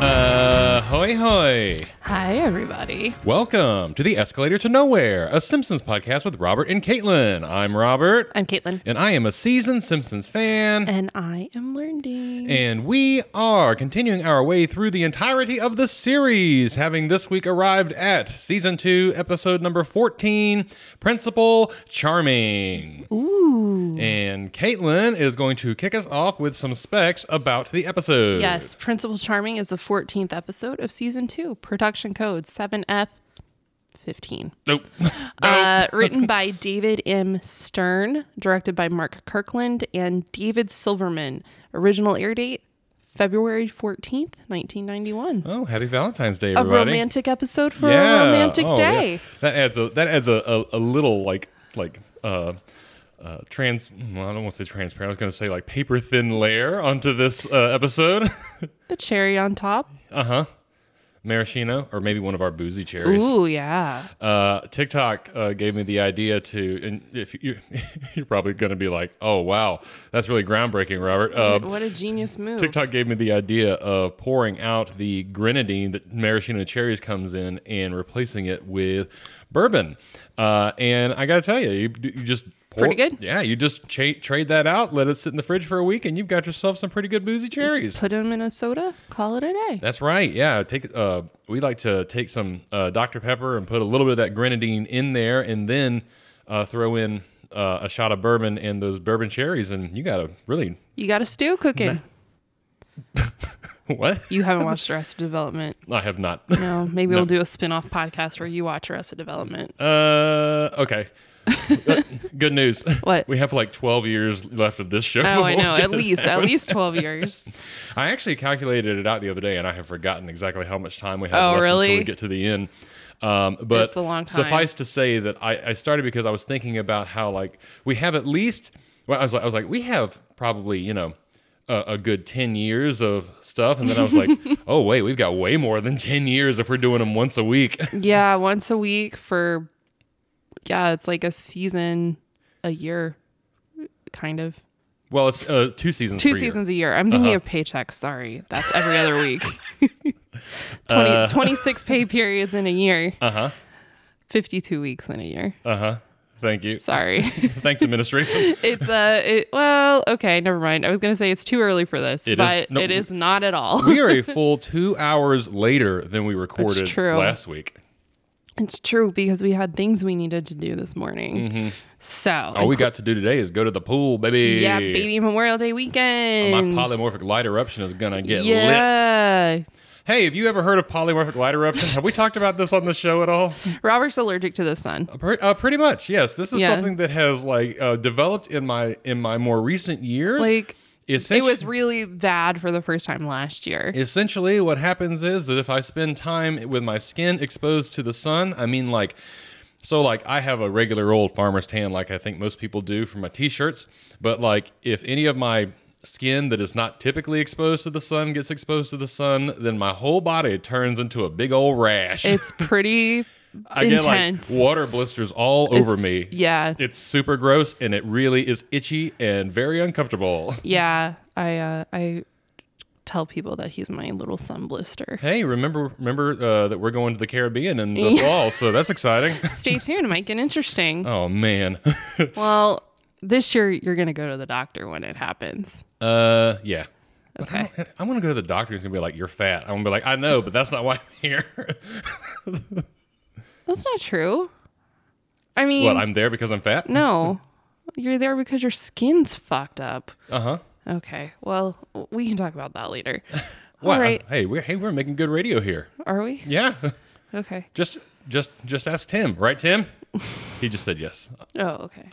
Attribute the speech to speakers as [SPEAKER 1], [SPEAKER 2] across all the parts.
[SPEAKER 1] Uh, Roy.
[SPEAKER 2] Hi, everybody.
[SPEAKER 1] Welcome to the Escalator to Nowhere, a Simpsons podcast with Robert and Caitlin. I'm Robert,
[SPEAKER 2] I'm Caitlin.
[SPEAKER 1] and I am a seasoned Simpsons fan.
[SPEAKER 2] And I am learning.
[SPEAKER 1] And we are continuing our way through the entirety of the series, having this week arrived at season two, episode number 14 Principal Charming.
[SPEAKER 2] Ooh.
[SPEAKER 1] And Caitlin is going to kick us off with some specs about the episode.
[SPEAKER 2] Yes, Principal Charming is the 14th episode of season two, production code 7F15.
[SPEAKER 1] Nope. Oh.
[SPEAKER 2] Uh, written by David M. Stern, directed by Mark Kirkland and David Silverman. Original air date February 14th, 1991.
[SPEAKER 1] Oh, happy Valentine's Day,
[SPEAKER 2] A
[SPEAKER 1] everybody.
[SPEAKER 2] romantic episode for a romantic
[SPEAKER 1] Oh, yeah.
[SPEAKER 2] day.
[SPEAKER 1] That adds a that adds a, a, a little like like uh uh trans well, I don't want to say transparent. I was going to say like paper thin layer onto this uh, episode.
[SPEAKER 2] The cherry on top.
[SPEAKER 1] Maraschino or maybe one of our boozy cherries.
[SPEAKER 2] Ooh, yeah.
[SPEAKER 1] Uh TikTok uh, gave me the idea to and if you you're probably going to be like, "Oh, wow. That's really groundbreaking, Robert." Um,
[SPEAKER 2] what a genius move.
[SPEAKER 1] TikTok gave me the idea of pouring out the grenadine that maraschino cherries comes in and replacing it with bourbon. Uh, and I gotta tell you, you, you just pour,
[SPEAKER 2] Pretty good.
[SPEAKER 1] Yeah, you just cha- trade that out, let it sit in the fridge for a week, and you've got yourself some pretty good boozy cherries.
[SPEAKER 2] Put them in a soda, call it a day.
[SPEAKER 1] That's right. Yeah, take. Uh, we like to take some uh, Dr Pepper and put a little bit of that grenadine in there, and then uh, throw in uh, a shot of bourbon and those bourbon cherries, and you got a really
[SPEAKER 2] You got a stew cooking.
[SPEAKER 1] what?
[SPEAKER 2] You haven't watched Arrested Development.
[SPEAKER 1] I have not.
[SPEAKER 2] No, maybe we'll do a spin off podcast where you watch Arrested Development.
[SPEAKER 1] Uh, okay. Uh, Good news.
[SPEAKER 2] What?
[SPEAKER 1] We have like 12 years left of this show.
[SPEAKER 2] Oh,
[SPEAKER 1] before
[SPEAKER 2] I know.
[SPEAKER 1] we get-
[SPEAKER 2] At least, at least 12 years.
[SPEAKER 1] I actually calculated it out the other day, and I have forgotten exactly how much time we have
[SPEAKER 2] Oh,
[SPEAKER 1] left until
[SPEAKER 2] really?
[SPEAKER 1] we get to the end. Um, but
[SPEAKER 2] It's a long time.
[SPEAKER 1] suffice to say that I, I started because I was thinking about how like we have at least. Well, I was like, I was like, we have probably you know a, a good 10 years of stuff, and then I was like, oh wait, we've got way more than 10 years if we're doing them once a week.
[SPEAKER 2] Yeah, once a week for, yeah, it's like a season a year, kind of.
[SPEAKER 1] well, it's uh, two seasons. per
[SPEAKER 2] Two
[SPEAKER 1] year. Uh-huh.
[SPEAKER 2] seasons a year. I'm thinking of paychecks. Sorry. That's every other week. 20,
[SPEAKER 1] Uh.
[SPEAKER 2] 26 pay periods in a year. Uh huh. 52 weeks in a year.
[SPEAKER 1] Uh-huh. Uh huh. Thank you.
[SPEAKER 2] Sorry.
[SPEAKER 1] Thanks, administration.
[SPEAKER 2] It's uh, it, well, okay, never mind. I was gonna say it's too early for this,
[SPEAKER 1] It is-
[SPEAKER 2] but
[SPEAKER 1] no,
[SPEAKER 2] it
[SPEAKER 1] we-
[SPEAKER 2] is not at all.
[SPEAKER 1] we are a full two hours later than we recorded
[SPEAKER 2] true.
[SPEAKER 1] last week.
[SPEAKER 2] it's true because we had things we needed to do this morning.
[SPEAKER 1] Mm-hmm.
[SPEAKER 2] So,
[SPEAKER 1] All we got to do today is go to the pool, baby.
[SPEAKER 2] yeah, baby Memorial Day weekend.
[SPEAKER 1] Oh, My polymorphic light eruption is gonna get lit.
[SPEAKER 2] yeah,
[SPEAKER 1] Hey, have you ever heard of polymorphic light eruption? have we talked about this on the show at all?
[SPEAKER 2] Robert's allergic to the sun.
[SPEAKER 1] Pre- Uh, pretty much, yes. This is
[SPEAKER 2] Yeah.
[SPEAKER 1] something that has like uh, developed in my in my more recent years.
[SPEAKER 2] Like it
[SPEAKER 1] Essentially-
[SPEAKER 2] was really bad for the first time last year.
[SPEAKER 1] Essentially, what happens is that if I spend time with my skin exposed to the sun, I mean, like, so, like, I have a regular old farmer's tan, like I think most people do for my t shirts, but like, if any of my skin that is not typically exposed to the sun gets exposed to the sun, then my whole body turns into a big old rash.
[SPEAKER 2] It's pretty
[SPEAKER 1] I
[SPEAKER 2] intense.
[SPEAKER 1] get like water blisters all over
[SPEAKER 2] It's-
[SPEAKER 1] me.
[SPEAKER 2] Yeah,
[SPEAKER 1] It's super gross and it really is itchy and very uncomfortable.
[SPEAKER 2] yeah. I uh, I tell people that he's my little sun blister.
[SPEAKER 1] Hey, remember remember uh, that we're going to the Caribbean in the fall, so that's exciting.
[SPEAKER 2] Stay tuned; it might get interesting.
[SPEAKER 1] Oh man.
[SPEAKER 2] Well, this year you're gonna go to the doctor when it happens.
[SPEAKER 1] uh, yeah.
[SPEAKER 2] Okay.
[SPEAKER 1] I'm gonna go to the doctor. He's gonna be like, "You're fat." I'm gonna be like, "I know, but that's not why I'm here."
[SPEAKER 2] That's not true. I mean,
[SPEAKER 1] what? I'm there because I'm fat.
[SPEAKER 2] no, you're there because your skin's fucked up.
[SPEAKER 1] Uh huh.
[SPEAKER 2] Okay. Well, we can talk about that later.
[SPEAKER 1] What?
[SPEAKER 2] All right.
[SPEAKER 1] Hey, we're hey, we're making good radio here.
[SPEAKER 2] Are we?
[SPEAKER 1] Yeah.
[SPEAKER 2] Okay.
[SPEAKER 1] Just just just ask Tim, right, Tim? he just said yes.
[SPEAKER 2] Oh, okay.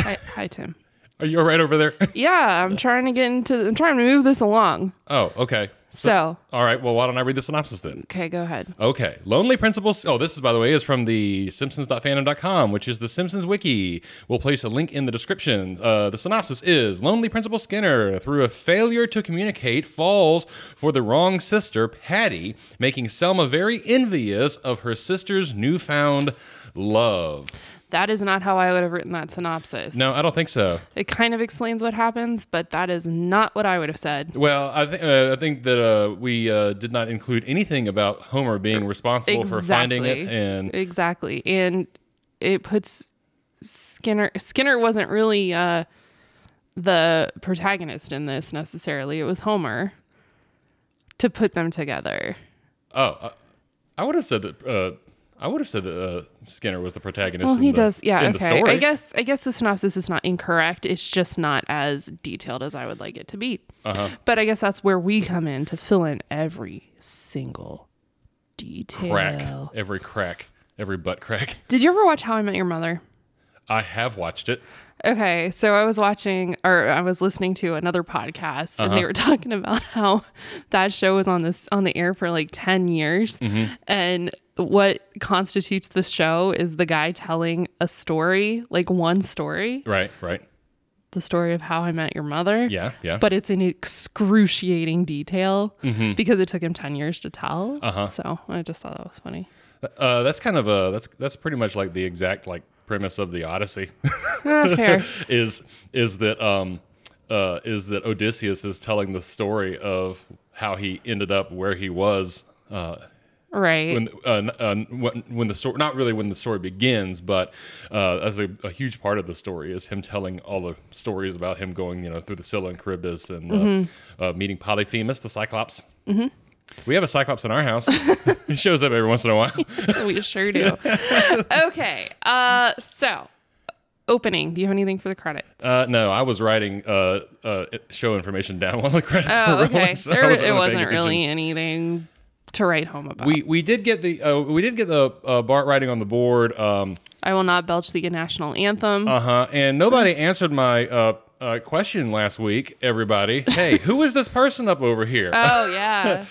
[SPEAKER 2] Hi, hi, Tim.
[SPEAKER 1] Are you all right over there?
[SPEAKER 2] Yeah, I'm trying to get into. I'm trying to move this along.
[SPEAKER 1] oh, okay.
[SPEAKER 2] So,
[SPEAKER 1] All right. Well, why don't I read the synopsis then?
[SPEAKER 2] okay, go ahead.
[SPEAKER 1] Okay. Lonely Principal. Oh, this is, by the way, is from the Simpsons.fandom.com, which is the Simpsons Wiki. We'll place a link in the description. Uh, the synopsis is Lonely Principal Skinner, through a failure to communicate, falls for the wrong sister, Patty, making Selma very envious of her sister's newfound love.
[SPEAKER 2] That is not how I would have written that synopsis.
[SPEAKER 1] No, I don't think so.
[SPEAKER 2] It kind of explains what happens, but that is not what I would have said.
[SPEAKER 1] Well, I think uh, I think that uh, we uh, did not include anything about Homer being responsible for finding it,
[SPEAKER 2] Exactly.
[SPEAKER 1] and
[SPEAKER 2] Exactly. And it puts Skinner Skinner wasn't really uh the protagonist in this necessarily. It was Homer to put them together.
[SPEAKER 1] oh, uh, I would have said that. Uh, I would have said that uh, Skinner was the protagonist.
[SPEAKER 2] Well,
[SPEAKER 1] in
[SPEAKER 2] he
[SPEAKER 1] the-
[SPEAKER 2] does. Yeah.
[SPEAKER 1] in the
[SPEAKER 2] Okay.
[SPEAKER 1] story.
[SPEAKER 2] I guess. I guess the synopsis is not incorrect. It's just not as detailed as I would like it to be.
[SPEAKER 1] Uh-huh.
[SPEAKER 2] But I guess that's where we come in to fill in every single detail.
[SPEAKER 1] crack every crack, every butt crack.
[SPEAKER 2] Did you ever watch How I Met Your Mother?
[SPEAKER 1] I have watched it.
[SPEAKER 2] Okay, so I was watching or I was listening to another podcast and they were talking about how that show was on this on the air for like 10 years and what constitutes the show is the guy telling a story, like one story,
[SPEAKER 1] Right, right.
[SPEAKER 2] the story of how I met your mother.
[SPEAKER 1] Yeah, yeah.
[SPEAKER 2] But it's in excruciating detail because it took him 10 years to tell. Uh-huh. So I just thought that was funny.
[SPEAKER 1] Uh, that's kind of a that's that's pretty much like the exact like premise of the Odyssey
[SPEAKER 2] Ah, fair.
[SPEAKER 1] is is that um uh is that Odysseus is telling the story of how he ended up where he was uh
[SPEAKER 2] right.
[SPEAKER 1] when uh, n- uh, when, when the story not really when the story begins but uh as a, a huge part of the story is him telling all the stories about him going you know through the Scylla and Charybdis and uh,
[SPEAKER 2] Mm-hmm.
[SPEAKER 1] uh, meeting Polyphemus the Cyclops. Mm-hmm. We have a Cyclops in our house. he shows up every once in a while.
[SPEAKER 2] we sure do. okay. Uh, so opening. Do you have anything for the credits?
[SPEAKER 1] Uh, no, I was writing uh, uh, show information down while the credits
[SPEAKER 2] oh,
[SPEAKER 1] were rolling.
[SPEAKER 2] okay.
[SPEAKER 1] so I
[SPEAKER 2] there,
[SPEAKER 1] wasn't
[SPEAKER 2] it
[SPEAKER 1] really
[SPEAKER 2] wasn't
[SPEAKER 1] paying
[SPEAKER 2] really
[SPEAKER 1] attention.
[SPEAKER 2] anything to write home about.
[SPEAKER 1] We we did get the uh, we did get the uh, Bart writing on the board. Um,
[SPEAKER 2] I will not belch the national anthem.
[SPEAKER 1] uh huh. And nobody answered my uh, uh, question last week. Everybody, hey, who is this person up over here? Uh,
[SPEAKER 2] oh yeah,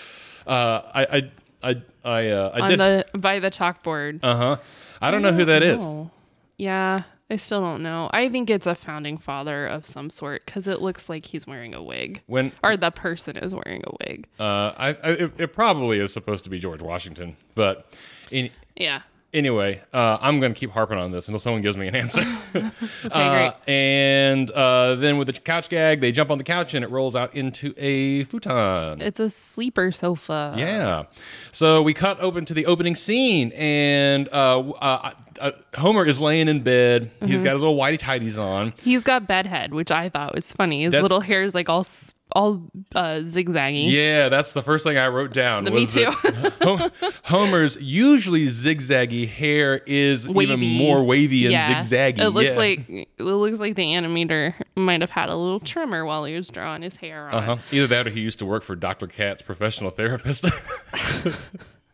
[SPEAKER 1] I I I I, uh, I
[SPEAKER 2] on
[SPEAKER 1] did.
[SPEAKER 2] the by the chalkboard.
[SPEAKER 1] Uh huh. I don't know who that is.
[SPEAKER 2] Oh. Yeah, I still don't know. I think it's a founding father of some sort because it looks like he's wearing a wig,
[SPEAKER 1] When
[SPEAKER 2] or the person is wearing a wig.
[SPEAKER 1] uh, I, I it, it probably is supposed to be George Washington, but in,
[SPEAKER 2] Yeah.
[SPEAKER 1] anyway, uh, I'm going to keep harping on this until someone gives me an answer.
[SPEAKER 2] great.
[SPEAKER 1] Uh, and uh, then with the couch gag, they jump on the couch and it rolls out into a futon.
[SPEAKER 2] It's a sleeper sofa.
[SPEAKER 1] Yeah. So we cut open to the opening scene, and uh, w- uh, uh, Homer is laying in bed.
[SPEAKER 2] Mm-hmm.
[SPEAKER 1] He's got his little whitey tidies on.
[SPEAKER 2] He's got bedhead, which I thought was funny. His
[SPEAKER 1] That's-
[SPEAKER 2] little hair is like all s- all uh, zigzaggy.
[SPEAKER 1] Yeah, that's the first thing I wrote down.
[SPEAKER 2] Me
[SPEAKER 1] was
[SPEAKER 2] too.
[SPEAKER 1] that Hom- Homer's usually zigzaggy hair is even
[SPEAKER 2] Wavy.
[SPEAKER 1] more wavy and
[SPEAKER 2] Yeah.
[SPEAKER 1] zigzaggy.
[SPEAKER 2] It looks
[SPEAKER 1] Yeah.
[SPEAKER 2] like it looks like the animator might have had a little trimmer while he was drawing his hair on.
[SPEAKER 1] Uh-huh. Either that or he used to work for Dr. Katz, professional therapist. Do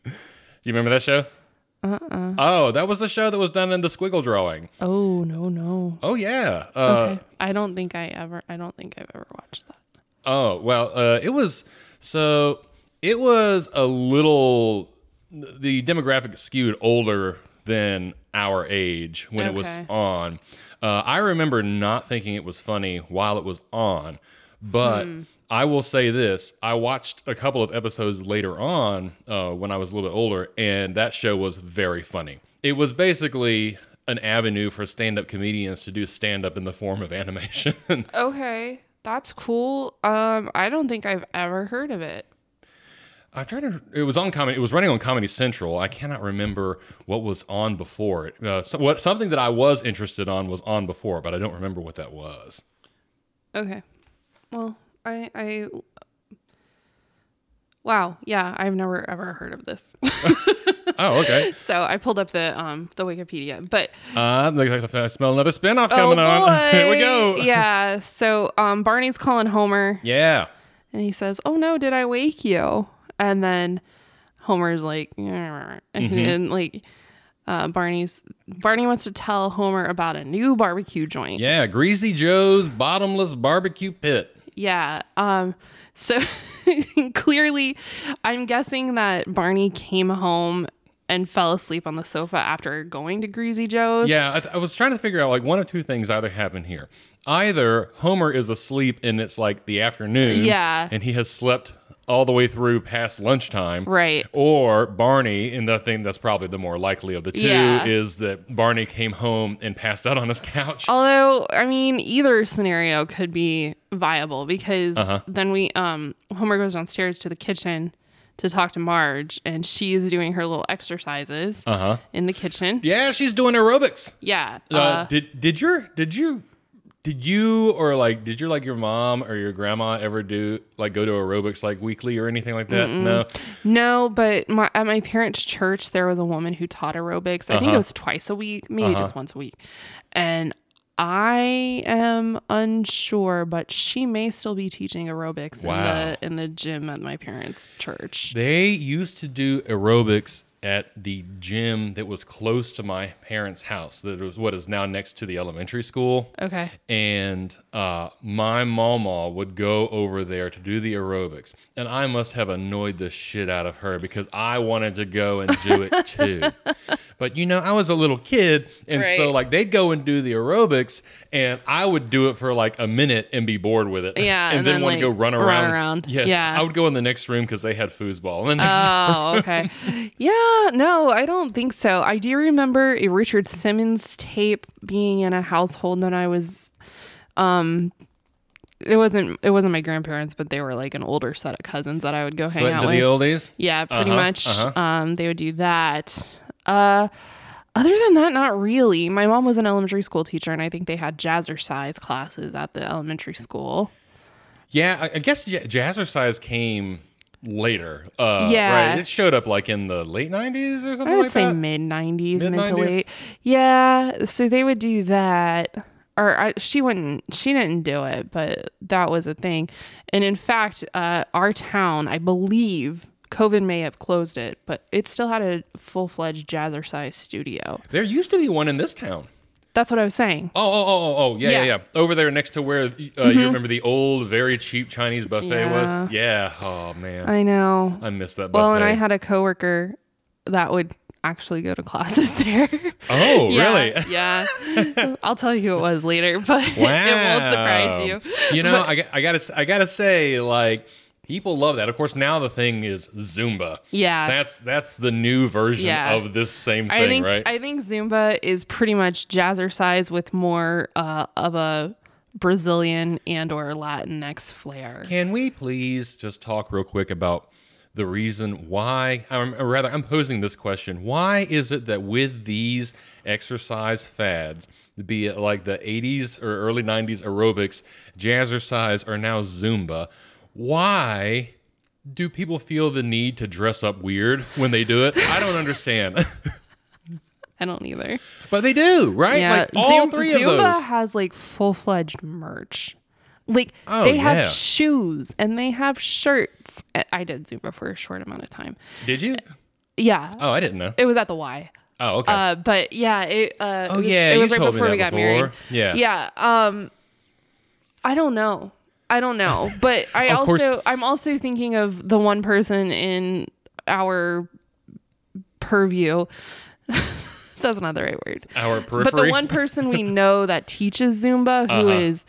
[SPEAKER 1] you remember that show? Uh-uh. Oh, that was the show that was done in the squiggle drawing.
[SPEAKER 2] Oh no no.
[SPEAKER 1] Oh, yeah. Uh,
[SPEAKER 2] Okay. I don't think I ever. I don't think I've ever watched that.
[SPEAKER 1] Oh, well, uh, it was so it was a little the demographic skewed older than our age when it was
[SPEAKER 2] Okay.
[SPEAKER 1] on. Uh, I remember not thinking it was funny while it was on, but I will say this: I watched a couple of episodes later on uh, when I was a little bit older, and that show was very funny. It was basically an avenue for stand-up comedians to do stand-up in the form of animation.
[SPEAKER 2] Okay, that's cool. Um, I don't think I've ever heard of it.
[SPEAKER 1] I'm trying to. It was on comedy. It was running on Comedy Central. I cannot remember what was on before it. Uh, so, what something that I was interested on was on before, but I don't remember what that was.
[SPEAKER 2] Okay. Well, I I. Wow. Yeah, I've never ever heard of this.
[SPEAKER 1] Oh, okay.
[SPEAKER 2] so I pulled up the um the Wikipedia, but
[SPEAKER 1] Uh, looks like I smell another spinoff coming on. Here we
[SPEAKER 2] Oh,
[SPEAKER 1] go.
[SPEAKER 2] boy. Yeah. So um, Barney's calling Homer
[SPEAKER 1] Yeah.
[SPEAKER 2] and he says, Oh no, did I wake you? And then Homer's like, "Yeah." and,
[SPEAKER 1] Mm-hmm.
[SPEAKER 2] then, like uh, Barney's Barney wants to tell Homer about a new barbecue joint.
[SPEAKER 1] Yeah. Greasy Joe's bottomless barbecue pit.
[SPEAKER 2] Yeah. Um, so clearly, I'm guessing that Barney came home and fell asleep on the sofa after going to Greasy Joe's.
[SPEAKER 1] Yeah, I, th- I was trying to figure out like one of two things either happen here. Either Homer is asleep and it's like the afternoon.
[SPEAKER 2] Yeah.
[SPEAKER 1] And he has slept all the way through past lunchtime.
[SPEAKER 2] Right.
[SPEAKER 1] Or Barney, and the thing that's probably the more likely of the two
[SPEAKER 2] Yeah.
[SPEAKER 1] is that Barney came home and passed out on his
[SPEAKER 2] Oh.
[SPEAKER 1] couch.
[SPEAKER 2] Although, I mean, either scenario could be viable because
[SPEAKER 1] Uh-huh.
[SPEAKER 2] then we, um, Homer goes downstairs to the kitchen to talk to Marge, and she's doing her little exercises
[SPEAKER 1] Uh-huh.
[SPEAKER 2] in the kitchen.
[SPEAKER 1] Yeah, she's doing aerobics.
[SPEAKER 2] Yeah.
[SPEAKER 1] Uh, did did your did you did you or like did your like your mom or your grandma ever do like go to aerobics like weekly or anything like that? No.
[SPEAKER 2] No, but my, at my parents' church, there was a woman who taught aerobics. I
[SPEAKER 1] Uh-huh.
[SPEAKER 2] think it was twice a week, maybe just once a week. And I am unsure, but she may still be teaching aerobics
[SPEAKER 1] Wow.
[SPEAKER 2] in the in the gym at my parents' church.
[SPEAKER 1] They used to do aerobics at the gym that was close to my parents' house. That was what is now next to the elementary school.
[SPEAKER 2] Okay.
[SPEAKER 1] and uh, my mama would go over there to do the aerobics, and I must have annoyed the shit out of her because I wanted to go and do it too. but you know, I was a little kid, and so
[SPEAKER 2] Right.
[SPEAKER 1] like they'd go and do the aerobics, and I would do it for like a minute and be bored with it.
[SPEAKER 2] Yeah,
[SPEAKER 1] and,
[SPEAKER 2] and
[SPEAKER 1] then,
[SPEAKER 2] then,
[SPEAKER 1] want to go
[SPEAKER 2] like,
[SPEAKER 1] run
[SPEAKER 2] run
[SPEAKER 1] around.
[SPEAKER 2] around.
[SPEAKER 1] Yes,
[SPEAKER 2] Yeah.
[SPEAKER 1] I would go in the next room because they had foosball, and then next
[SPEAKER 2] Oh, okay. Yeah, no, I don't think so. I do remember a Richard Simmons tape being in a household when I was um it wasn't it wasn't my grandparents, but they were like an older set of cousins that I would go hang
[SPEAKER 1] sweating
[SPEAKER 2] out
[SPEAKER 1] to
[SPEAKER 2] with.
[SPEAKER 1] the oldies.
[SPEAKER 2] yeah, pretty
[SPEAKER 1] Uh-huh,
[SPEAKER 2] much.
[SPEAKER 1] uh-huh.
[SPEAKER 2] Um they would do that. Uh other than that, not really. My mom was an elementary school teacher, and I think they had jazzercise classes at the elementary school.
[SPEAKER 1] Yeah, I, I guess ja- jazzercise came later. Uh,
[SPEAKER 2] Yeah.
[SPEAKER 1] right. It showed up like in the late '90s or something
[SPEAKER 2] I would
[SPEAKER 1] like
[SPEAKER 2] say
[SPEAKER 1] that.
[SPEAKER 2] mid nineties, mid to
[SPEAKER 1] Mid-nineties?
[SPEAKER 2] late. Yeah, so they would do that, or I, she wouldn't. She didn't do it, but that was a thing. And in fact, uh, our town, I believe, COVID may have closed it, but it still had a full fledged jazzercise studio.
[SPEAKER 1] There used to be one in this town.
[SPEAKER 2] That's what I was saying.
[SPEAKER 1] Oh, oh, oh, oh, oh, yeah, yeah,
[SPEAKER 2] Yeah. Mm-hmm.
[SPEAKER 1] yeah. Over there next to where uh, you remember the old, very cheap Chinese buffet was. Yeah. Oh man,
[SPEAKER 2] I know.
[SPEAKER 1] I, miss that buffet.
[SPEAKER 2] Well, and I had a coworker that would actually go to classes there.
[SPEAKER 1] oh, really?
[SPEAKER 2] Yeah. yeah. I'll tell you who it was later, but it won't surprise you.
[SPEAKER 1] You know, I, got- I gotta, s- I gotta say, like, people love that. Of course, now the thing is Zumba.
[SPEAKER 2] Yeah.
[SPEAKER 1] That's that's the new version
[SPEAKER 2] Yeah.
[SPEAKER 1] of this same thing,
[SPEAKER 2] I think
[SPEAKER 1] right?
[SPEAKER 2] I think Zumba is pretty much jazzercise with more uh, of a Brazilian and or Latinx flair.
[SPEAKER 1] Can we please just talk real quick about the reason why, I'm- or rather, I'm posing this question. Why is it that with these exercise fads, be it like the 80s or early 90s aerobics, jazzercise, or now Zumba, why do people feel the need to dress up weird when they do it? I don't understand.
[SPEAKER 2] I don't either.
[SPEAKER 1] but they do, right?
[SPEAKER 2] Yeah,
[SPEAKER 1] Like all
[SPEAKER 2] Zum-
[SPEAKER 1] three
[SPEAKER 2] Zumba
[SPEAKER 1] of those.
[SPEAKER 2] has like full fledged merch. Like
[SPEAKER 1] Oh,
[SPEAKER 2] they have
[SPEAKER 1] yeah.
[SPEAKER 2] shoes and they have shirts. I- I did Zumba for a short amount of time.
[SPEAKER 1] Did you?
[SPEAKER 2] Yeah,
[SPEAKER 1] Oh, I didn't know.
[SPEAKER 2] it was at the Y.
[SPEAKER 1] Oh, okay.
[SPEAKER 2] Uh, but yeah, it. Uh,
[SPEAKER 1] Oh,
[SPEAKER 2] it was,
[SPEAKER 1] yeah,
[SPEAKER 2] it was
[SPEAKER 1] you
[SPEAKER 2] right
[SPEAKER 1] told me
[SPEAKER 2] before
[SPEAKER 1] that
[SPEAKER 2] we got
[SPEAKER 1] before.
[SPEAKER 2] married.
[SPEAKER 1] Yeah.
[SPEAKER 2] yeah. Um, I don't know. I don't know, but I
[SPEAKER 1] Of
[SPEAKER 2] also
[SPEAKER 1] course.
[SPEAKER 2] I'm also thinking of the one person in our purview. That's not the right word.
[SPEAKER 1] Our periphery. Uh-huh.
[SPEAKER 2] But the one person we know that teaches Zumba who is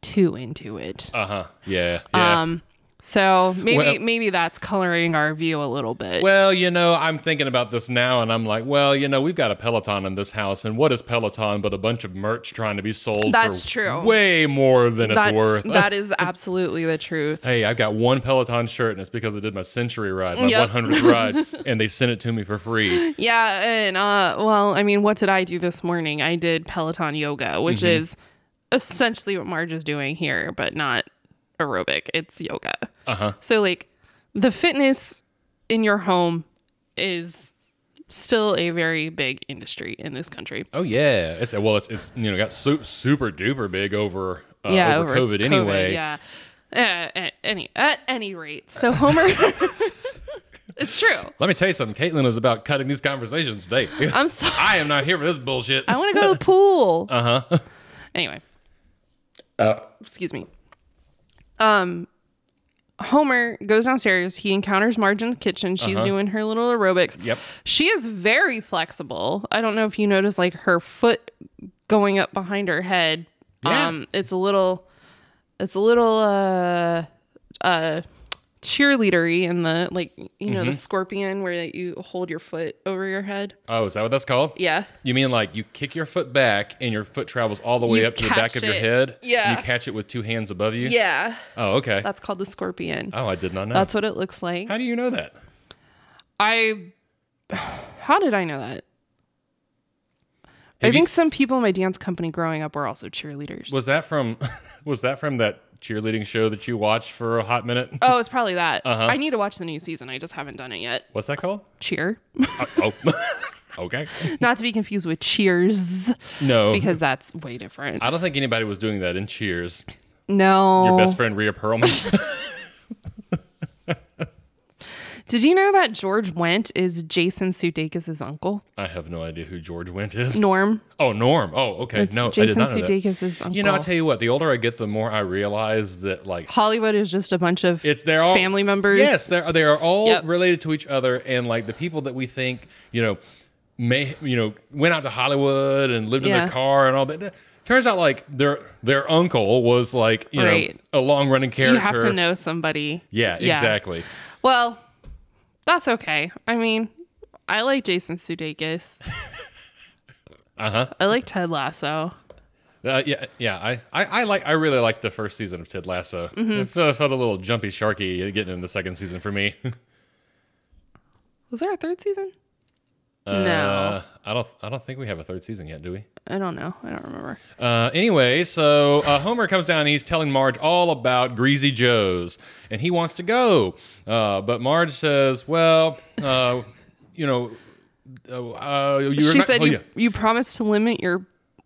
[SPEAKER 2] too into it.
[SPEAKER 1] Uh huh. Yeah. Yeah.
[SPEAKER 2] Um, so maybe
[SPEAKER 1] Well-
[SPEAKER 2] maybe that's coloring our view a little bit.
[SPEAKER 1] Well, you know, I'm thinking about this now and I'm like, well, you know, we've got a Peloton in this house and what is Peloton but a bunch of merch trying to be sold
[SPEAKER 2] That's
[SPEAKER 1] for
[SPEAKER 2] true.
[SPEAKER 1] way more than it's
[SPEAKER 2] That's
[SPEAKER 1] worth.
[SPEAKER 2] that is absolutely the truth.
[SPEAKER 1] hey, I've got one Peloton shirt and it's because I did my century ride, my
[SPEAKER 2] Yep.
[SPEAKER 1] 100th ride, and they sent it to me for free.
[SPEAKER 2] Yeah, and uh well, I mean, what did I do this morning? I did Peloton yoga, which
[SPEAKER 1] Mm-hmm.
[SPEAKER 2] is essentially what Marge is doing here, but not aerobic. It's yoga.
[SPEAKER 1] Uh-huh.
[SPEAKER 2] So like the fitness in your home is still a very big industry in this country.
[SPEAKER 1] Oh yeah. It's well, it's, it's you know, got su- super duper big over uh,
[SPEAKER 2] yeah,
[SPEAKER 1] over, COVID, anyway.
[SPEAKER 2] Yeah. Uh, at any at any rate. So Homer It's true.
[SPEAKER 1] Let me tell you something. Caitlin is about cutting these conversations today.
[SPEAKER 2] I'm sorry.
[SPEAKER 1] I am not here for this bullshit.
[SPEAKER 2] I want to go to the pool. Uh huh.
[SPEAKER 1] Uh-huh.
[SPEAKER 2] Anyway. Excuse me. Um, Homer goes downstairs. He encounters Marge in the kitchen. She's doing her little aerobics.
[SPEAKER 1] Uh-huh. Yep.
[SPEAKER 2] She is very flexible. I don't know if you notice, like her foot going up behind her head.
[SPEAKER 1] Yeah.
[SPEAKER 2] Um, it's a little, it's a little, uh, uh, cheerleadery and the like you know
[SPEAKER 1] Mm-hmm.
[SPEAKER 2] the scorpion where you hold your foot over your head
[SPEAKER 1] Oh, is that what that's called?
[SPEAKER 2] yeah
[SPEAKER 1] You mean like you kick your foot back and your foot travels all the way
[SPEAKER 2] You
[SPEAKER 1] up to the back
[SPEAKER 2] catch
[SPEAKER 1] of your
[SPEAKER 2] it.
[SPEAKER 1] head?
[SPEAKER 2] Yeah.
[SPEAKER 1] And you catch it with two hands above you?
[SPEAKER 2] yeah
[SPEAKER 1] Oh, okay.
[SPEAKER 2] that's called the scorpion
[SPEAKER 1] oh, I did not know.
[SPEAKER 2] that's what it looks like
[SPEAKER 1] How do you know that?
[SPEAKER 2] i how did i know that I
[SPEAKER 1] Have you-
[SPEAKER 2] think some people in my dance company growing up were also cheerleaders.
[SPEAKER 1] Was that from was that from that cheerleading show that you watched for a hot minute?
[SPEAKER 2] oh, it's probably that.
[SPEAKER 1] Uh-huh.
[SPEAKER 2] I need to watch the new season. I just haven't done it yet.
[SPEAKER 1] What's that called?
[SPEAKER 2] Cheer.
[SPEAKER 1] Oh. okay.
[SPEAKER 2] Not to be confused with Cheers,
[SPEAKER 1] No.
[SPEAKER 2] because that's way different.
[SPEAKER 1] I don't think anybody was doing that in Cheers.
[SPEAKER 2] no.
[SPEAKER 1] Your best friend Rhea Perlman.
[SPEAKER 2] Did you know that George Wendt is Jason Sudeikis' uncle?
[SPEAKER 1] I have no idea who George Wendt is.
[SPEAKER 2] Norm.
[SPEAKER 1] Oh, Norm. Oh, okay.
[SPEAKER 2] It's
[SPEAKER 1] no, I did
[SPEAKER 2] Jason
[SPEAKER 1] not know that.
[SPEAKER 2] Sudeikis' uncle.
[SPEAKER 1] You know, I tell you what. The older I get, the more I realize that like
[SPEAKER 2] Hollywood is just a bunch of
[SPEAKER 1] It's they're all
[SPEAKER 2] family members.
[SPEAKER 1] Yes, they are. uh, They are all
[SPEAKER 2] Yep.
[SPEAKER 1] related to each other, and like the people that we think you know may you know went out to Hollywood and lived in
[SPEAKER 2] Yeah.
[SPEAKER 1] their car and all that. that- Turns out like their their uncle was like you
[SPEAKER 2] Right.
[SPEAKER 1] know a long running character.
[SPEAKER 2] You have to know somebody.
[SPEAKER 1] Yeah, exactly.
[SPEAKER 2] Well, that's okay. I mean, I like Jason Sudeikis.
[SPEAKER 1] Uh-huh.
[SPEAKER 2] I like Ted Lasso.
[SPEAKER 1] Uh, yeah, yeah. I, I, I like I really liked the first season of Ted Lasso.
[SPEAKER 2] Mm-hmm.
[SPEAKER 1] It fe- felt, a little jumpy, sharky getting in the second season for me.
[SPEAKER 2] Was there a third season?
[SPEAKER 1] Uh, I don't I don't think we have a third season yet, do we?
[SPEAKER 2] I don't know. I don't remember.
[SPEAKER 1] Uh, anyway, so uh, Homer comes down and he's telling Marge all about Greasy Joe's, and he wants to go, uh, but Marge says, "Well, uh, you know, uh, you
[SPEAKER 2] she
[SPEAKER 1] remi-
[SPEAKER 2] said
[SPEAKER 1] oh,
[SPEAKER 2] you,
[SPEAKER 1] yeah.
[SPEAKER 2] you promised to limit your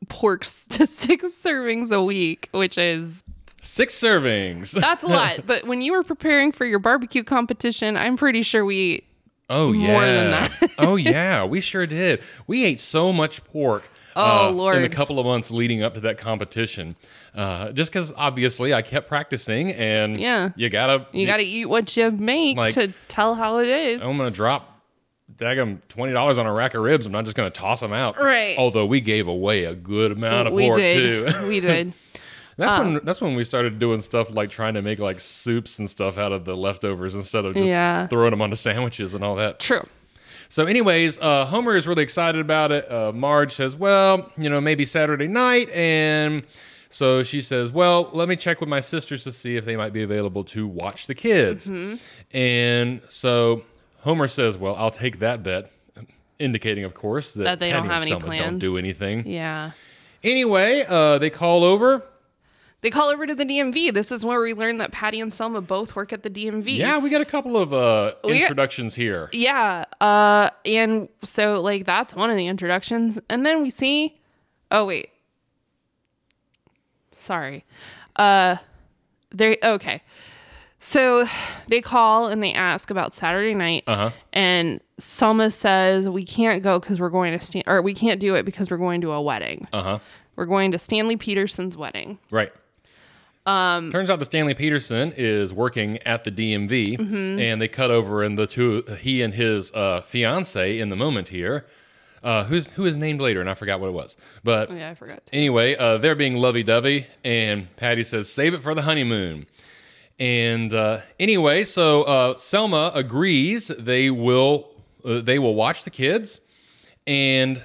[SPEAKER 2] porks to six servings a week, which is
[SPEAKER 1] six servings.
[SPEAKER 2] that's a lot. but when you were preparing for your barbecue competition, I'm pretty sure we
[SPEAKER 1] oh yeah,
[SPEAKER 2] more than that.
[SPEAKER 1] oh yeah, we sure did. We ate so much pork."
[SPEAKER 2] Oh,
[SPEAKER 1] uh, In the
[SPEAKER 2] Lord.
[SPEAKER 1] couple of months leading up to that competition, uh, just because obviously I kept practicing, and
[SPEAKER 2] Yeah.
[SPEAKER 1] you gotta
[SPEAKER 2] you got to eat what you make
[SPEAKER 1] Like-
[SPEAKER 2] to tell how it is.
[SPEAKER 1] I'm gonna drop daggum twenty dollars on a rack of ribs. I'm not just gonna toss them out.
[SPEAKER 2] Right.
[SPEAKER 1] Although we gave away a good amount of
[SPEAKER 2] we
[SPEAKER 1] pork
[SPEAKER 2] did. Um,
[SPEAKER 1] too.
[SPEAKER 2] we did.
[SPEAKER 1] That's when that's when we started doing stuff like trying to make like soups and stuff out of the leftovers instead of just
[SPEAKER 2] Yeah.
[SPEAKER 1] throwing them onto sandwiches and all that.
[SPEAKER 2] True.
[SPEAKER 1] So, anyways, uh, Homer is really excited about it. Uh, Marge says, "Well, you know, maybe Saturday night," and so she says, "Well, let me check with my sisters to see if they might be available to watch the kids."
[SPEAKER 2] Mm-hmm.
[SPEAKER 1] And so Homer says, "Well, I'll take that bet." Indicating, of course, that,
[SPEAKER 2] That they don't
[SPEAKER 1] Patty
[SPEAKER 2] have
[SPEAKER 1] and
[SPEAKER 2] any
[SPEAKER 1] Selma Don't
[SPEAKER 2] plans.
[SPEAKER 1] do anything.
[SPEAKER 2] Yeah.
[SPEAKER 1] Anyway, uh, they call over.
[SPEAKER 2] They call over to the DMV. This is where we learned that Patty and Selma both work at the DMV.
[SPEAKER 1] Yeah, we got a couple of uh,
[SPEAKER 2] got-
[SPEAKER 1] introductions here.
[SPEAKER 2] Yeah. Uh, and so, like, that's one of the introductions. And then we see. Oh, wait. Sorry. Uh, they okay. So they call and they ask about Saturday night.
[SPEAKER 1] Uh huh.
[SPEAKER 2] And Selma says, We can't go because we're going to stand, or we can't do it because we're going to a wedding.
[SPEAKER 1] Uh huh.
[SPEAKER 2] We're going to Stanley Peterson's wedding.
[SPEAKER 1] Right. Um, Turns out that Stanley Peterson is working at the DMV, and they cut over and the two he and his uh, fiance in the moment here, uh, who's who is named later, and I forgot what it was. But
[SPEAKER 2] Yeah, I forgot. To.
[SPEAKER 1] anyway, uh, they're being lovey-dovey, and Patty says, "Save it for the honeymoon." And uh, anyway, so uh, Selma agrees they will uh, they will watch the kids, and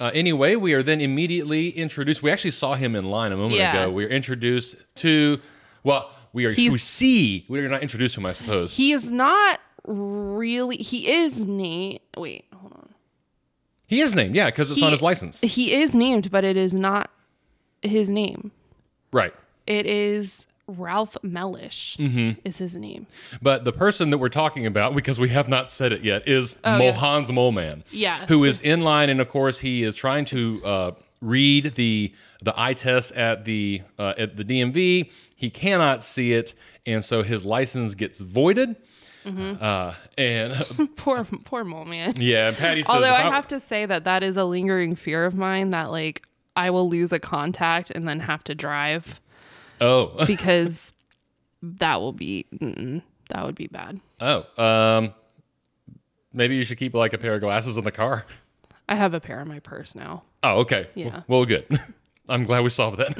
[SPEAKER 1] uh, anyway, we are then immediately introduced. We actually saw him in line a moment
[SPEAKER 2] Yeah.
[SPEAKER 1] ago. We are introduced to well, we are we
[SPEAKER 2] He's-
[SPEAKER 1] see we are not introduced to him, I suppose. He,
[SPEAKER 2] He is not really. He is Nate. Wait, hold on.
[SPEAKER 1] is named, yeah, because it's on
[SPEAKER 2] He-
[SPEAKER 1] his license,
[SPEAKER 2] He is named, but it is not his name.
[SPEAKER 1] right?
[SPEAKER 2] It is Ralph Mellish. Is his name?
[SPEAKER 1] But the person that we're talking about, because we have not said it yet, is
[SPEAKER 2] Oh, yeah.
[SPEAKER 1] Mohan's Mole Man.
[SPEAKER 2] Yes.
[SPEAKER 1] Who is in line, and of course he is trying to uh, read the the eye test at the uh, at the DMV. He cannot see it, and so his license gets voided.
[SPEAKER 2] Mm-hmm.
[SPEAKER 1] Uh, and
[SPEAKER 2] Poor, poor mole man.
[SPEAKER 1] yeah, and Patty says,
[SPEAKER 2] Although
[SPEAKER 1] if
[SPEAKER 2] I have to say that that is a lingering fear of mine that like I will lose a contact and then have to drive
[SPEAKER 1] oh,
[SPEAKER 2] because that will be mm, that would be bad.
[SPEAKER 1] oh, um, maybe you should keep like a pair of glasses in the car.
[SPEAKER 2] I have a pair in my purse now.
[SPEAKER 1] Oh, okay.
[SPEAKER 2] Yeah.
[SPEAKER 1] Well, well, good. I'm glad we solved that.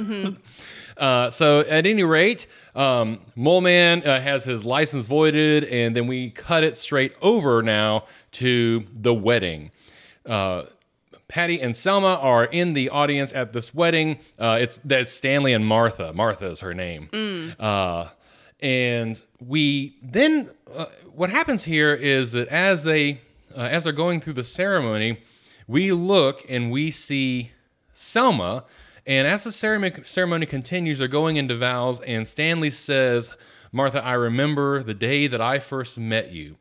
[SPEAKER 1] uh, so, at any rate, um, Mole Man uh, has his license voided, and then we cut it straight over now to the wedding. Uh, Patty and Selma are in the audience at this wedding. Uh, it's that's Stanley and Martha. Martha is her name. Uh, and we then uh, what happens here is that as they uh, as they're going through the ceremony, we look and we see Selma. And as the ceremony, ceremony continues, they're going into vows, and Stanley says, Martha, I remember the day that I first met you.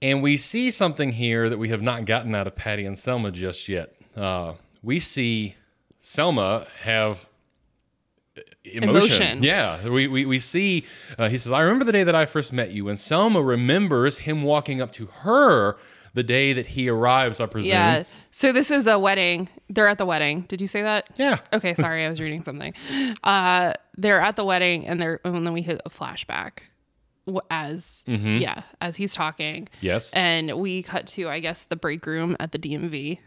[SPEAKER 1] And we see something here that we have not gotten out of Patty and Selma just yet. Uh, we see Selma have uh, emotion.
[SPEAKER 2] Emotion.
[SPEAKER 1] Yeah, we, we, we see, uh, he says, I remember the day that I first met you. And Selma remembers him walking up to her the day that he arrives, I presume.
[SPEAKER 2] Yeah. So this is a wedding. They're at the wedding. Did you say that?
[SPEAKER 1] Yeah.
[SPEAKER 2] Okay, sorry, I was reading something. Uh, they're at the wedding, and they're and then we hit a flashback w- as yeah, as he's talking,
[SPEAKER 1] Yes.
[SPEAKER 2] and we cut to I guess the break room at the DMV.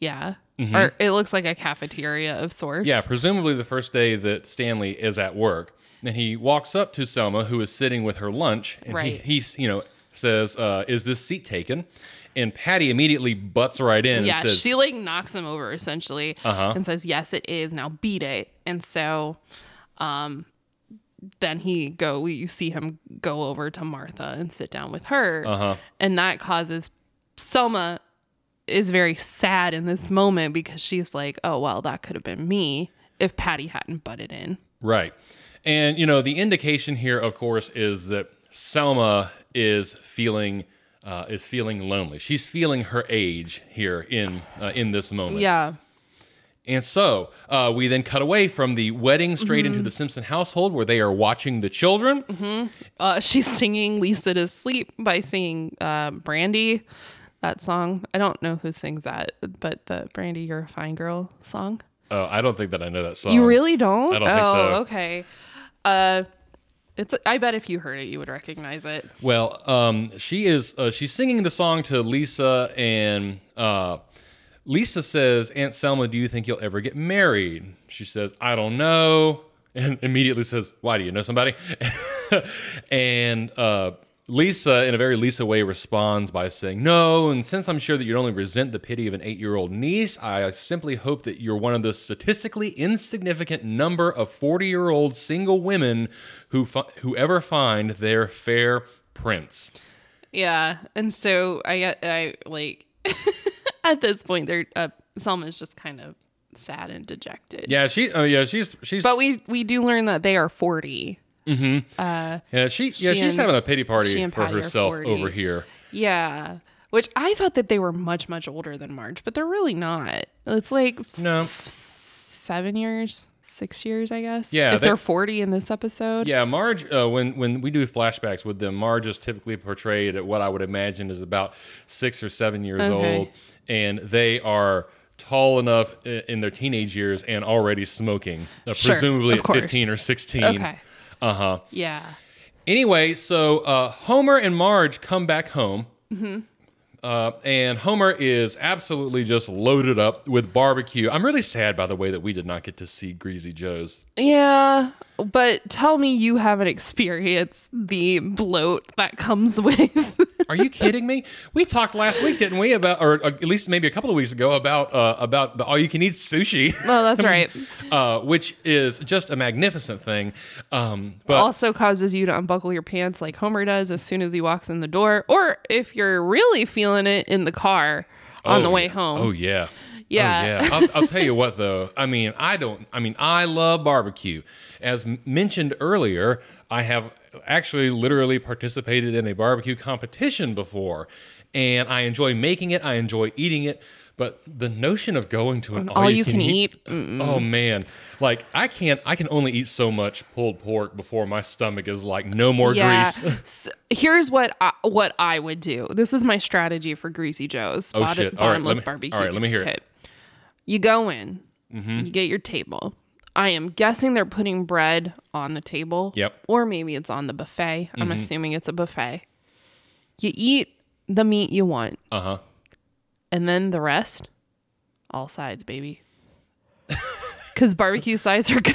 [SPEAKER 2] Yeah, or it looks like a cafeteria of sorts.
[SPEAKER 1] Yeah, presumably the first day that Stanley is at work, and he walks up to Selma, who is sitting with her lunch, and
[SPEAKER 2] Right.
[SPEAKER 1] he, he you know says, uh, "Is this seat taken?" And Patty immediately butts right in
[SPEAKER 2] yeah.
[SPEAKER 1] and says, Uh-huh.
[SPEAKER 2] she like knocks him over essentially, and says, "Yes, it is. Now beat it." And so, um, then he go. You see him go over to Martha and sit down with her.
[SPEAKER 1] "Uh huh,
[SPEAKER 2] and that causes Selma is very sad in this moment because she's like, "Oh well, that could have been me if Patty hadn't butted in."
[SPEAKER 1] right." And you know the indication here, of course, is that Selma is feeling. Uh, is feeling lonely. She's feeling her age here in uh, in this moment.
[SPEAKER 2] Yeah,
[SPEAKER 1] And so uh, we then cut away from the wedding straight
[SPEAKER 2] Mm-hmm.
[SPEAKER 1] into the Simpson household where they are watching the children.
[SPEAKER 2] uh, she's singing "Lisa to Sleep" by singing uh, "Brandy." That song, I don't know who sings that, but the "Brandy, You're a Fine Girl" song.
[SPEAKER 1] Oh, I don't think that I know that song.
[SPEAKER 2] You really don't?
[SPEAKER 1] I don't
[SPEAKER 2] oh,
[SPEAKER 1] think so.
[SPEAKER 2] okay. Uh, it's. I bet if you heard it, you would recognize it.
[SPEAKER 1] Well, um, she is uh, she's singing the song to Lisa, and uh, Lisa says, "Aunt Selma, do you think you'll ever get married?" She says, "I don't know," and immediately says, "Why do you know somebody?" and uh, Lisa, in a very Lisa way, responds by saying, "No, and since I'm sure that you'd only resent the pity of an eight-year-old niece, I simply hope that you're one of the statistically insignificant number of forty-year-old single women who fi- who ever find their fair prince."
[SPEAKER 2] Yeah, and so I I like at this point they're uh, Selma's just kind of sad and dejected.
[SPEAKER 1] Yeah, she. Oh, yeah, she's she's.
[SPEAKER 2] But we we do learn that they are 40.
[SPEAKER 1] yeah, she. Yeah,
[SPEAKER 2] she
[SPEAKER 1] she's
[SPEAKER 2] and-
[SPEAKER 1] having a pity
[SPEAKER 2] she
[SPEAKER 1] party
[SPEAKER 2] and
[SPEAKER 1] for
[SPEAKER 2] Patty are
[SPEAKER 1] herself
[SPEAKER 2] 40.
[SPEAKER 1] over here.
[SPEAKER 2] Yeah. Which I thought that they were much much older than Marge, but they're really not. It's like s-
[SPEAKER 1] No.
[SPEAKER 2] f- 7 years, 6 years, I guess.
[SPEAKER 1] Yeah,
[SPEAKER 2] If
[SPEAKER 1] they-
[SPEAKER 2] they, are 40 in this episode.
[SPEAKER 1] Yeah, Marge. Uh, when when we do flashbacks with them, Marge is typically portrayed at what I would imagine is about six or seven years
[SPEAKER 2] Okay.
[SPEAKER 1] old, and they are tall enough i- in their teenage years and already smoking, uh,
[SPEAKER 2] Sure,
[SPEAKER 1] presumably
[SPEAKER 2] of
[SPEAKER 1] at
[SPEAKER 2] course.
[SPEAKER 1] fifteen or sixteen.
[SPEAKER 2] Okay.
[SPEAKER 1] Uh huh.
[SPEAKER 2] Yeah.
[SPEAKER 1] Anyway, so uh, Homer and Marge come back home. Uh, and Homer is absolutely just loaded up with barbecue. I'm really sad, by the way, that we did not get to see Greasy Joe's.
[SPEAKER 2] Yeah, but tell me you haven't experienced the bloat that comes with
[SPEAKER 1] Are you kidding me? We talked last week, didn't we? About, or uh, at least maybe a couple of weeks ago, about uh, about the all-you-can-eat sushi,
[SPEAKER 2] Oh, that's right.
[SPEAKER 1] uh, which is just a magnificent thing. Um, but
[SPEAKER 2] also causes you to unbuckle your pants like Homer does as soon as he walks in the door, or if you're really feeling it in the car on
[SPEAKER 1] Oh,
[SPEAKER 2] the way
[SPEAKER 1] yeah.
[SPEAKER 2] home.
[SPEAKER 1] Oh yeah.
[SPEAKER 2] Yeah.
[SPEAKER 1] Oh, yeah. I'll, I'll tell you what though. I mean, I don't. I mean, I love barbecue. As m- mentioned earlier, I have actually literally participated in a barbecue competition before, and I enjoy making it. I enjoy eating it. But the notion of going to an all, you can, eat, oh man, like I can't. I can only eat so much pulled pork before my stomach is like no more
[SPEAKER 2] yeah.
[SPEAKER 1] grease.
[SPEAKER 2] S- here's what I, what I would do. This is my strategy for Greasy Joe's
[SPEAKER 1] Oh,
[SPEAKER 2] bottom-
[SPEAKER 1] shit. All right, let
[SPEAKER 2] bottomless
[SPEAKER 1] me-
[SPEAKER 2] barbecue.
[SPEAKER 1] all right, let me hear it. Mm-hmm.
[SPEAKER 2] pit. You go in, you get your table. I am guessing they're putting bread on the table.
[SPEAKER 1] Yep. Mm-hmm.
[SPEAKER 2] Or maybe it's on the buffet. I'm assuming it's a buffet. You eat the meat you want.
[SPEAKER 1] Uh huh.
[SPEAKER 2] And then the rest, all sides, baby. because barbecue sides are good,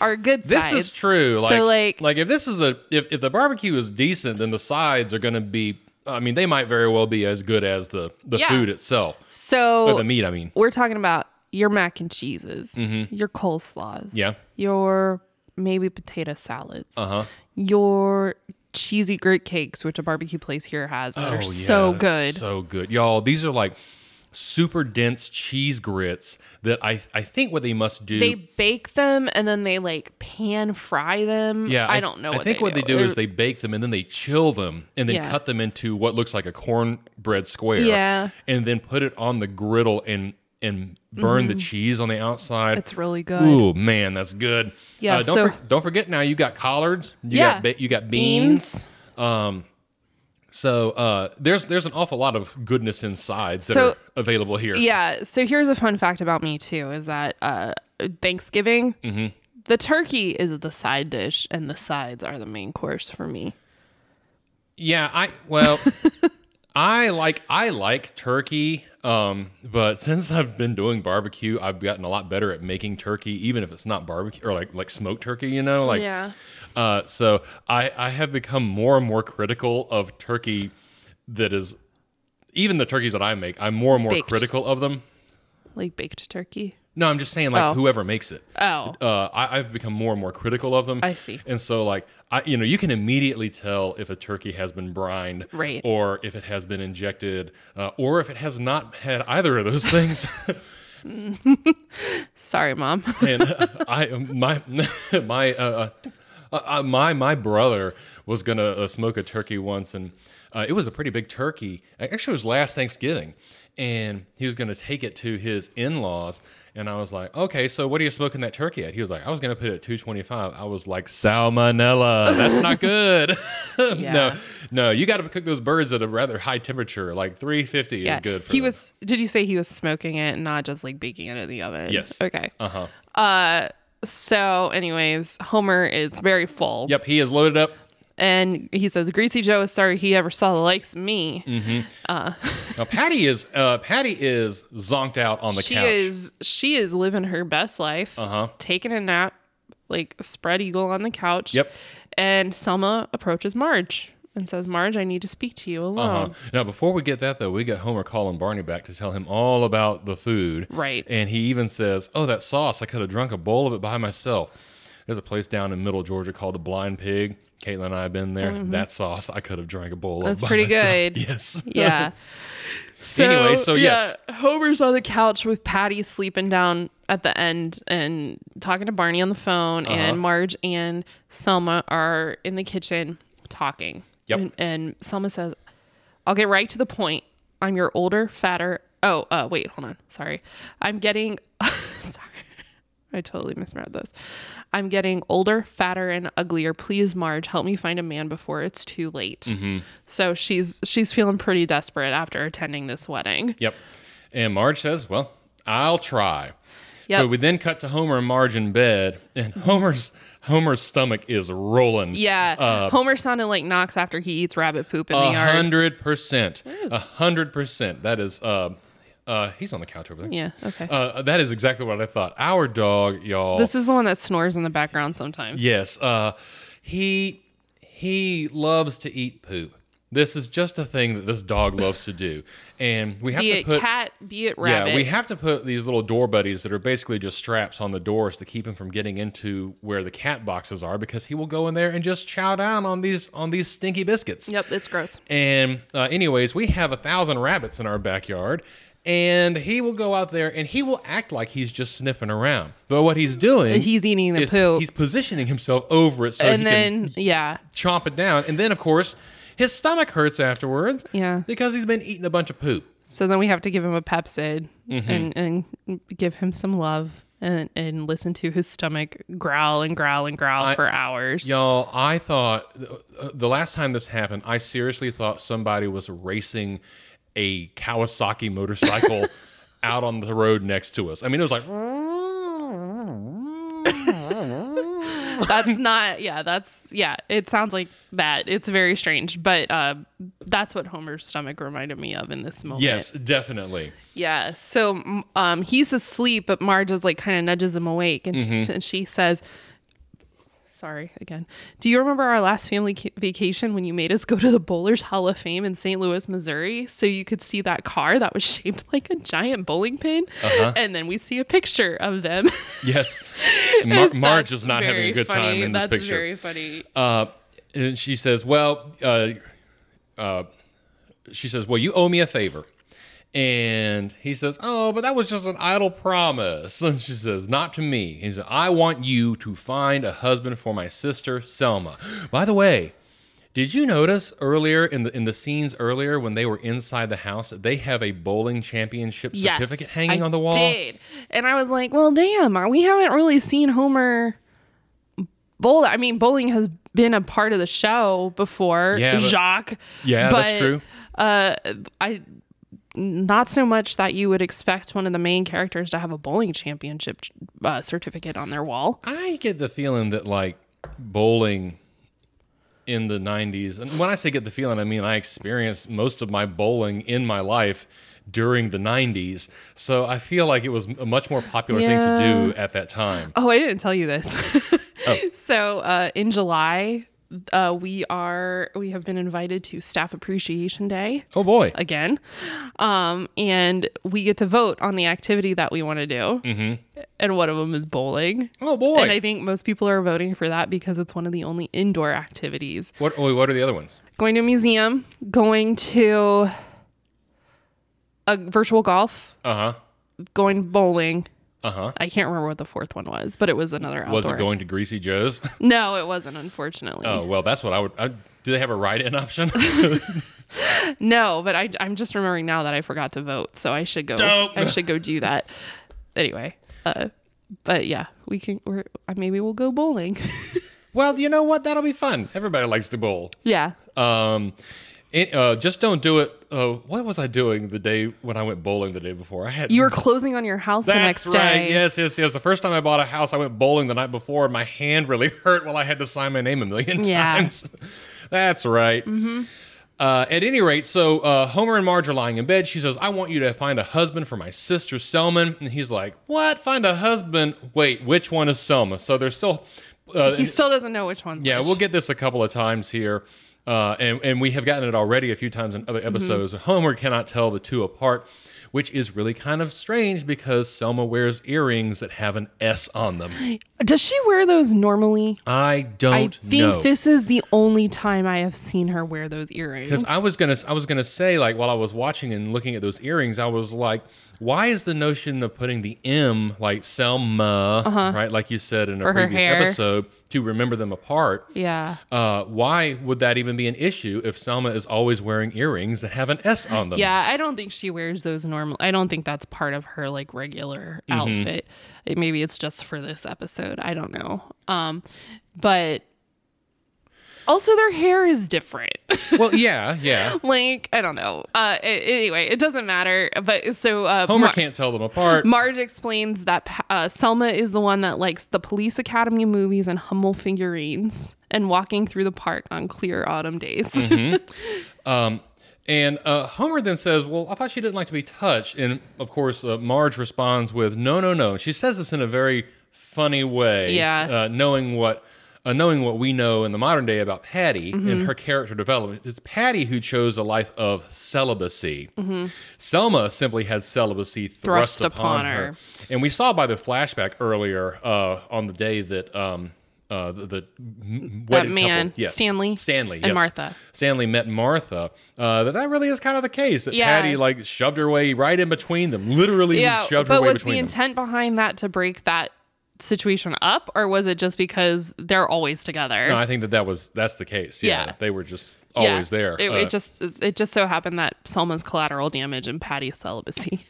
[SPEAKER 2] are good
[SPEAKER 1] Uh-huh. This
[SPEAKER 2] sides.
[SPEAKER 1] is true. Like,
[SPEAKER 2] so
[SPEAKER 1] like,
[SPEAKER 2] like,
[SPEAKER 1] if this is a if, if the barbecue is decent, then the sides are going to be. I mean, they might very well be as good as the the
[SPEAKER 2] Yeah. Oh.
[SPEAKER 1] food itself, or
[SPEAKER 2] so
[SPEAKER 1] the meat. I mean,
[SPEAKER 2] we're talking about your mac and cheeses, your coleslaws,
[SPEAKER 1] Mm-hmm. Yeah.
[SPEAKER 2] your maybe potato salads,
[SPEAKER 1] uh huh.
[SPEAKER 2] your cheesy grit cakes, which a barbecue place here has that are so good.
[SPEAKER 1] Oh, so good, y'all. These are like super dense cheese grits that I I think what they must do.
[SPEAKER 2] they bake them and then they like pan fry them.
[SPEAKER 1] yeah,
[SPEAKER 2] I,
[SPEAKER 1] th-
[SPEAKER 2] don't know.
[SPEAKER 1] I think what they do is they bake them and then they chill them and then
[SPEAKER 2] Yeah.
[SPEAKER 1] cut them into what looks like a cornbread square.
[SPEAKER 2] Yeah.
[SPEAKER 1] and then put it on the griddle and and burn
[SPEAKER 2] Mm-hmm.
[SPEAKER 1] the cheese on the outside.
[SPEAKER 2] It's really good.
[SPEAKER 1] Ooh man, that's good.
[SPEAKER 2] Yeah,
[SPEAKER 1] Uh, don't
[SPEAKER 2] so-
[SPEAKER 1] for- don't forget now you got collards. You
[SPEAKER 2] Yeah.
[SPEAKER 1] got be- you got beans.
[SPEAKER 2] Beans.
[SPEAKER 1] So uh, there's there's an awful lot of goodness in sides that
[SPEAKER 2] So-
[SPEAKER 1] are available here.
[SPEAKER 2] Yeah. So here's a fun fact about me too: is that uh, Thanksgiving,
[SPEAKER 1] Mm-hmm.
[SPEAKER 2] the turkey is the side dish, and the sides are the main course for me.
[SPEAKER 1] Yeah, I well, I like I like turkey, um, but since I've been doing barbecue, I've gotten a lot better at making turkey, even if it's not barbecue or like like smoked turkey, you know, like
[SPEAKER 2] Yeah.
[SPEAKER 1] Uh, so I I have become more and more critical of turkey that is even the turkeys that I make. I'm more and more
[SPEAKER 2] Baked.
[SPEAKER 1] critical of them.
[SPEAKER 2] Like baked turkey.
[SPEAKER 1] No, I'm just saying like
[SPEAKER 2] Oh.
[SPEAKER 1] whoever makes it.
[SPEAKER 2] Oh,
[SPEAKER 1] uh, I, I've become more and more critical of them.
[SPEAKER 2] I see.
[SPEAKER 1] And so, like, I, you know, you can immediately tell if a turkey has been brined,
[SPEAKER 2] Right.
[SPEAKER 1] or if it has been injected, uh, or if it has not had either of those things.
[SPEAKER 2] sorry, mom.
[SPEAKER 1] and I, my, my, uh, uh, uh, my, my brother was gonna uh, smoke a turkey once, and uh, it was a pretty big turkey. Actually, it was last Thanksgiving, and he was gonna take it to his in-laws. And I was like, okay, so what are you smoking that turkey at? He was like, I was gonna put it at 225. I was like, salmonella. That's not good. No,
[SPEAKER 2] Yeah.
[SPEAKER 1] no, you got to cook those birds at a rather high temperature, like 350
[SPEAKER 2] yeah.
[SPEAKER 1] is good. For
[SPEAKER 2] he
[SPEAKER 1] them.
[SPEAKER 2] was. Did you say he was smoking it, and not just like baking it in the oven?
[SPEAKER 1] Yes.
[SPEAKER 2] Okay.
[SPEAKER 1] Uh huh.
[SPEAKER 2] So, anyways, Homer is very full.
[SPEAKER 1] Yep, he is loaded up.
[SPEAKER 2] And he says, Greasy Joe is sorry he ever saw the likes of me.
[SPEAKER 1] Mm. Now Patty is uh, Patty is zonked out on the
[SPEAKER 2] she
[SPEAKER 1] couch.
[SPEAKER 2] is she is living her best life.
[SPEAKER 1] Uh-huh.
[SPEAKER 2] Taking a nap, like spread eagle on the couch.
[SPEAKER 1] Yep.
[SPEAKER 2] And Selma approaches Marge and says, Marge, I need to speak to you alone.
[SPEAKER 1] Uh-huh. Now before we get that though, we got Homer calling Barney back to tell him all about the food.
[SPEAKER 2] Right.
[SPEAKER 1] And he even says, "Oh, that sauce! I could have drunk a bowl of it by myself." There's a place down in Middle Georgia called the Blind Pig. Caitlin and I have been there. That sauce, I could have drank a bowl of.
[SPEAKER 2] Mm-hmm. That's
[SPEAKER 1] by
[SPEAKER 2] pretty
[SPEAKER 1] myself.
[SPEAKER 2] good.
[SPEAKER 1] Yes.
[SPEAKER 2] Yeah. So,
[SPEAKER 1] Anyway, so yes.
[SPEAKER 2] yeah, Homer's on the couch with Patty sleeping down at the end and talking to Barney on the phone,
[SPEAKER 1] Uh-huh.
[SPEAKER 2] and Marge and Selma are in the kitchen talking.
[SPEAKER 1] Yep.
[SPEAKER 2] And, and Selma says, I'll get right to the point. I'm your older, fatter. Oh, uh, wait, hold on. Sorry. I'm getting. sorry. I totally misread this. I'm getting older, fatter, and uglier. Please, Marge, help me find a man before it's too late.
[SPEAKER 1] Mm-hmm.
[SPEAKER 2] So she's she's feeling pretty desperate after attending this wedding.
[SPEAKER 1] Yep. And Marge says, "Well, I'll try."
[SPEAKER 2] Yep. Mm-hmm.
[SPEAKER 1] So we then cut to Homer and Marge in bed, and Homer's Homer's stomach is rolling.
[SPEAKER 2] Yeah, Homer sounded like Knox after he eats rabbit poop in the
[SPEAKER 1] Uh, A
[SPEAKER 2] yard.
[SPEAKER 1] hundred percent. A hundred percent. That is. Uh, uh, he's on the couch over there.
[SPEAKER 2] Yeah, okay.
[SPEAKER 1] Uh, that is exactly what I thought. Our dog, y'all.
[SPEAKER 2] this is the one that snores in the background sometimes.
[SPEAKER 1] yes. Uh, he he loves to eat poop. This is just a thing that this dog loves to do, and we have
[SPEAKER 2] Be
[SPEAKER 1] to
[SPEAKER 2] it
[SPEAKER 1] put.
[SPEAKER 2] cat, be it
[SPEAKER 1] yeah,
[SPEAKER 2] rabbit.
[SPEAKER 1] we have to put these little door buddies that are basically just straps on the doors to keep him from getting into where the cat boxes are because he will go in there and just chow down on these on these stinky biscuits.
[SPEAKER 2] yep, it's gross.
[SPEAKER 1] And uh, anyways, we have a thousand rabbits in our backyard, and he will go out there and he will act like he's just sniffing around. But what he's doing,
[SPEAKER 2] He's eating the poop.
[SPEAKER 1] he's positioning himself over it so
[SPEAKER 2] and
[SPEAKER 1] he
[SPEAKER 2] then
[SPEAKER 1] can
[SPEAKER 2] yeah,
[SPEAKER 1] chomp it down. And then, of course, his stomach hurts afterwards.
[SPEAKER 2] Yeah.
[SPEAKER 1] because he's been eating a bunch of poop.
[SPEAKER 2] so then we have to give him a Pepsid
[SPEAKER 1] Mm-hmm.
[SPEAKER 2] and and give him some love. And, and listen to his stomach growl and growl and growl for hours.
[SPEAKER 1] Y'all, I thought uh, the last time this happened, I seriously thought somebody was racing a Kawasaki motorcycle out on the road next to us. I mean, it was like.
[SPEAKER 2] that's not. Yeah, that's yeah. It sounds like that. It's very strange, but uh, that's what Homer's stomach reminded me of in this moment.
[SPEAKER 1] Yes, definitely.
[SPEAKER 2] Yeah. So um, he's asleep, but Marge is like kind of nudges him awake, and,
[SPEAKER 1] Mm-hmm.
[SPEAKER 2] she, and she says, "Sorry again. Do you remember our last family ca- vacation when you made us go to the Bowlers Hall of Fame in St. Louis, Missouri, so you could see that car that was shaped like a giant bowling pin?"
[SPEAKER 1] Uh-huh.
[SPEAKER 2] And then we see a picture of them.
[SPEAKER 1] Yes. Mar-
[SPEAKER 2] That's
[SPEAKER 1] Marge is not having
[SPEAKER 2] very
[SPEAKER 1] a good time
[SPEAKER 2] funny.
[SPEAKER 1] in this
[SPEAKER 2] That's
[SPEAKER 1] picture.
[SPEAKER 2] very funny.
[SPEAKER 1] uh, and she says, "Well, uh, uh, she says, well, you owe me a favor." And he says, "Oh, but that was just an idle promise." And she says, "Not to me." He says, "I want you to find a husband for my sister Selma." By the way, did you notice earlier in the in the scenes earlier when they were inside the house, they have a bowling championship certificate hanging
[SPEAKER 2] I
[SPEAKER 1] on the wall?
[SPEAKER 2] Did. And I was like, well, damn, are- we haven't really seen Homer bowl. I mean, bowling has been a part of the show before,
[SPEAKER 1] Yeah, but-
[SPEAKER 2] Jacques.
[SPEAKER 1] Yeah,
[SPEAKER 2] but,
[SPEAKER 1] that's true.
[SPEAKER 2] Uh, I not so much that you would expect one of the main characters to have a bowling championship uh, certificate on their wall.
[SPEAKER 1] I get the feeling that like bowling in the 90s, and when I say get the feeling, I mean I experienced most of my bowling in my life during the 90s. So I feel like it was a much more popular thing to do at that time.
[SPEAKER 2] Oh, I didn't tell you this.
[SPEAKER 1] Oh.
[SPEAKER 2] So uh, in July, uh, we are we have been invited to Staff Appreciation Day.
[SPEAKER 1] Oh boy.
[SPEAKER 2] again. Um, and we get to vote on the activity that we want to do. Mm-hmm. And one of them is bowling.
[SPEAKER 1] Oh boy.
[SPEAKER 2] And I think most people are voting for that because it's one of the only indoor activities.
[SPEAKER 1] what oh, what are the other ones?
[SPEAKER 2] Going to a museum, going to a virtual golf,
[SPEAKER 1] Uh-huh.
[SPEAKER 2] going bowling.
[SPEAKER 1] Uh-huh.
[SPEAKER 2] I can't remember what the fourth one was, but it was another outdoor.
[SPEAKER 1] Was it going to Greasy Joe's?
[SPEAKER 2] act- No, it wasn't, unfortunately.
[SPEAKER 1] oh, well, that's what I would I, Do they have a write-in option?
[SPEAKER 2] No, but I, I'm just remembering now that I forgot to vote, so I should go.
[SPEAKER 1] Dope.
[SPEAKER 2] I should go do that. Anyway, uh, but yeah, we can. We're uh, maybe we'll go bowling.
[SPEAKER 1] well, you know what? That'll be fun. Everybody likes to bowl.
[SPEAKER 2] yeah,
[SPEAKER 1] Um, it, uh, just don't do it. Uh, what was I doing the day when I went bowling the day before? I had
[SPEAKER 2] you were closing on your house the next
[SPEAKER 1] That's right.
[SPEAKER 2] day.
[SPEAKER 1] Yes, yes, yes. The first time I bought a house, I went bowling the night before, and my hand really hurt while I had to sign my name a million
[SPEAKER 2] Yeah. Mm-hmm.
[SPEAKER 1] times. That's right. Uh, at any rate, so uh, Homer and Marge are lying in bed. She says, "I want you to find a husband for my sister Selma," and he's like, "What? Find a husband? Wait, which one is Selma?" So they're still. Uh,
[SPEAKER 2] He still doesn't know which one's
[SPEAKER 1] yeah,
[SPEAKER 2] which.
[SPEAKER 1] we'll get this a couple of times here. Uh, and, and we have gotten it already a few times in
[SPEAKER 2] Mm-hmm.
[SPEAKER 1] other episodes. Homer cannot tell the two apart, which is really kind of strange because Selma wears earrings that have an S on them.
[SPEAKER 2] Does she wear those normally?
[SPEAKER 1] I
[SPEAKER 2] I
[SPEAKER 1] don't
[SPEAKER 2] think
[SPEAKER 1] know.
[SPEAKER 2] this is the only time I have seen her wear those earrings.
[SPEAKER 1] because I was gonna, I was gonna say like while I was watching and looking at those earrings, I was like, why is the notion of putting the M like Selma, right, like you said in a
[SPEAKER 2] Uh-huh. For her
[SPEAKER 1] previous
[SPEAKER 2] hair.
[SPEAKER 1] episode, to remember them apart?
[SPEAKER 2] yeah.
[SPEAKER 1] Uh, why would that even be an issue if Selma is always wearing earrings that have an S on them?
[SPEAKER 2] Yeah, I don't think she wears those normal. I don't think that's part of her like regular outfit. It- maybe it's just for this episode. I don't know. Um, but also their hair is different.
[SPEAKER 1] Well, yeah, yeah.
[SPEAKER 2] like I don't know. Uh, a- anyway, it doesn't matter. But so uh,
[SPEAKER 1] Homer
[SPEAKER 2] Mar-
[SPEAKER 1] can't tell them apart.
[SPEAKER 2] Marge explains that pa- uh, Selma is the one that likes the Police Academy movies and Hummel figurines and walking through the park on clear autumn days.
[SPEAKER 1] Um, and uh, Homer then says, Well, I thought she didn't like to be touched. And of course, uh, Marge responds with, No, no, no. She says this in a very funny way.
[SPEAKER 2] Yeah.
[SPEAKER 1] Uh, knowing what. Uh, knowing what we know in the modern day about Patty
[SPEAKER 2] Mm-hmm.
[SPEAKER 1] and her character development, it's Patty who chose a life of celibacy.
[SPEAKER 2] Mm-hmm.
[SPEAKER 1] Selma simply had celibacy thrust, upon, her. and we saw by the flashback earlier uh, on the day that um, uh, the, the m- wedded
[SPEAKER 2] man,
[SPEAKER 1] couple, yes,
[SPEAKER 2] Stanley
[SPEAKER 1] Stanley,
[SPEAKER 2] and
[SPEAKER 1] yes.
[SPEAKER 2] Martha.
[SPEAKER 1] Stanley met Martha, uh, that that really is kind of the case. That
[SPEAKER 2] Yeah.
[SPEAKER 1] Patty like shoved her way right in between them, literally
[SPEAKER 2] yeah,
[SPEAKER 1] shoved her
[SPEAKER 2] but
[SPEAKER 1] way
[SPEAKER 2] was the
[SPEAKER 1] between them.
[SPEAKER 2] intent behind that to break that situation up, or was it just because they're always together?
[SPEAKER 1] no, I think that that was that's the case. Yeah,
[SPEAKER 2] Yeah.
[SPEAKER 1] they were just
[SPEAKER 2] Yeah.
[SPEAKER 1] always there.
[SPEAKER 2] It,
[SPEAKER 1] Uh,
[SPEAKER 2] it just it just so happened that Selma's collateral damage and Patty's celibacy.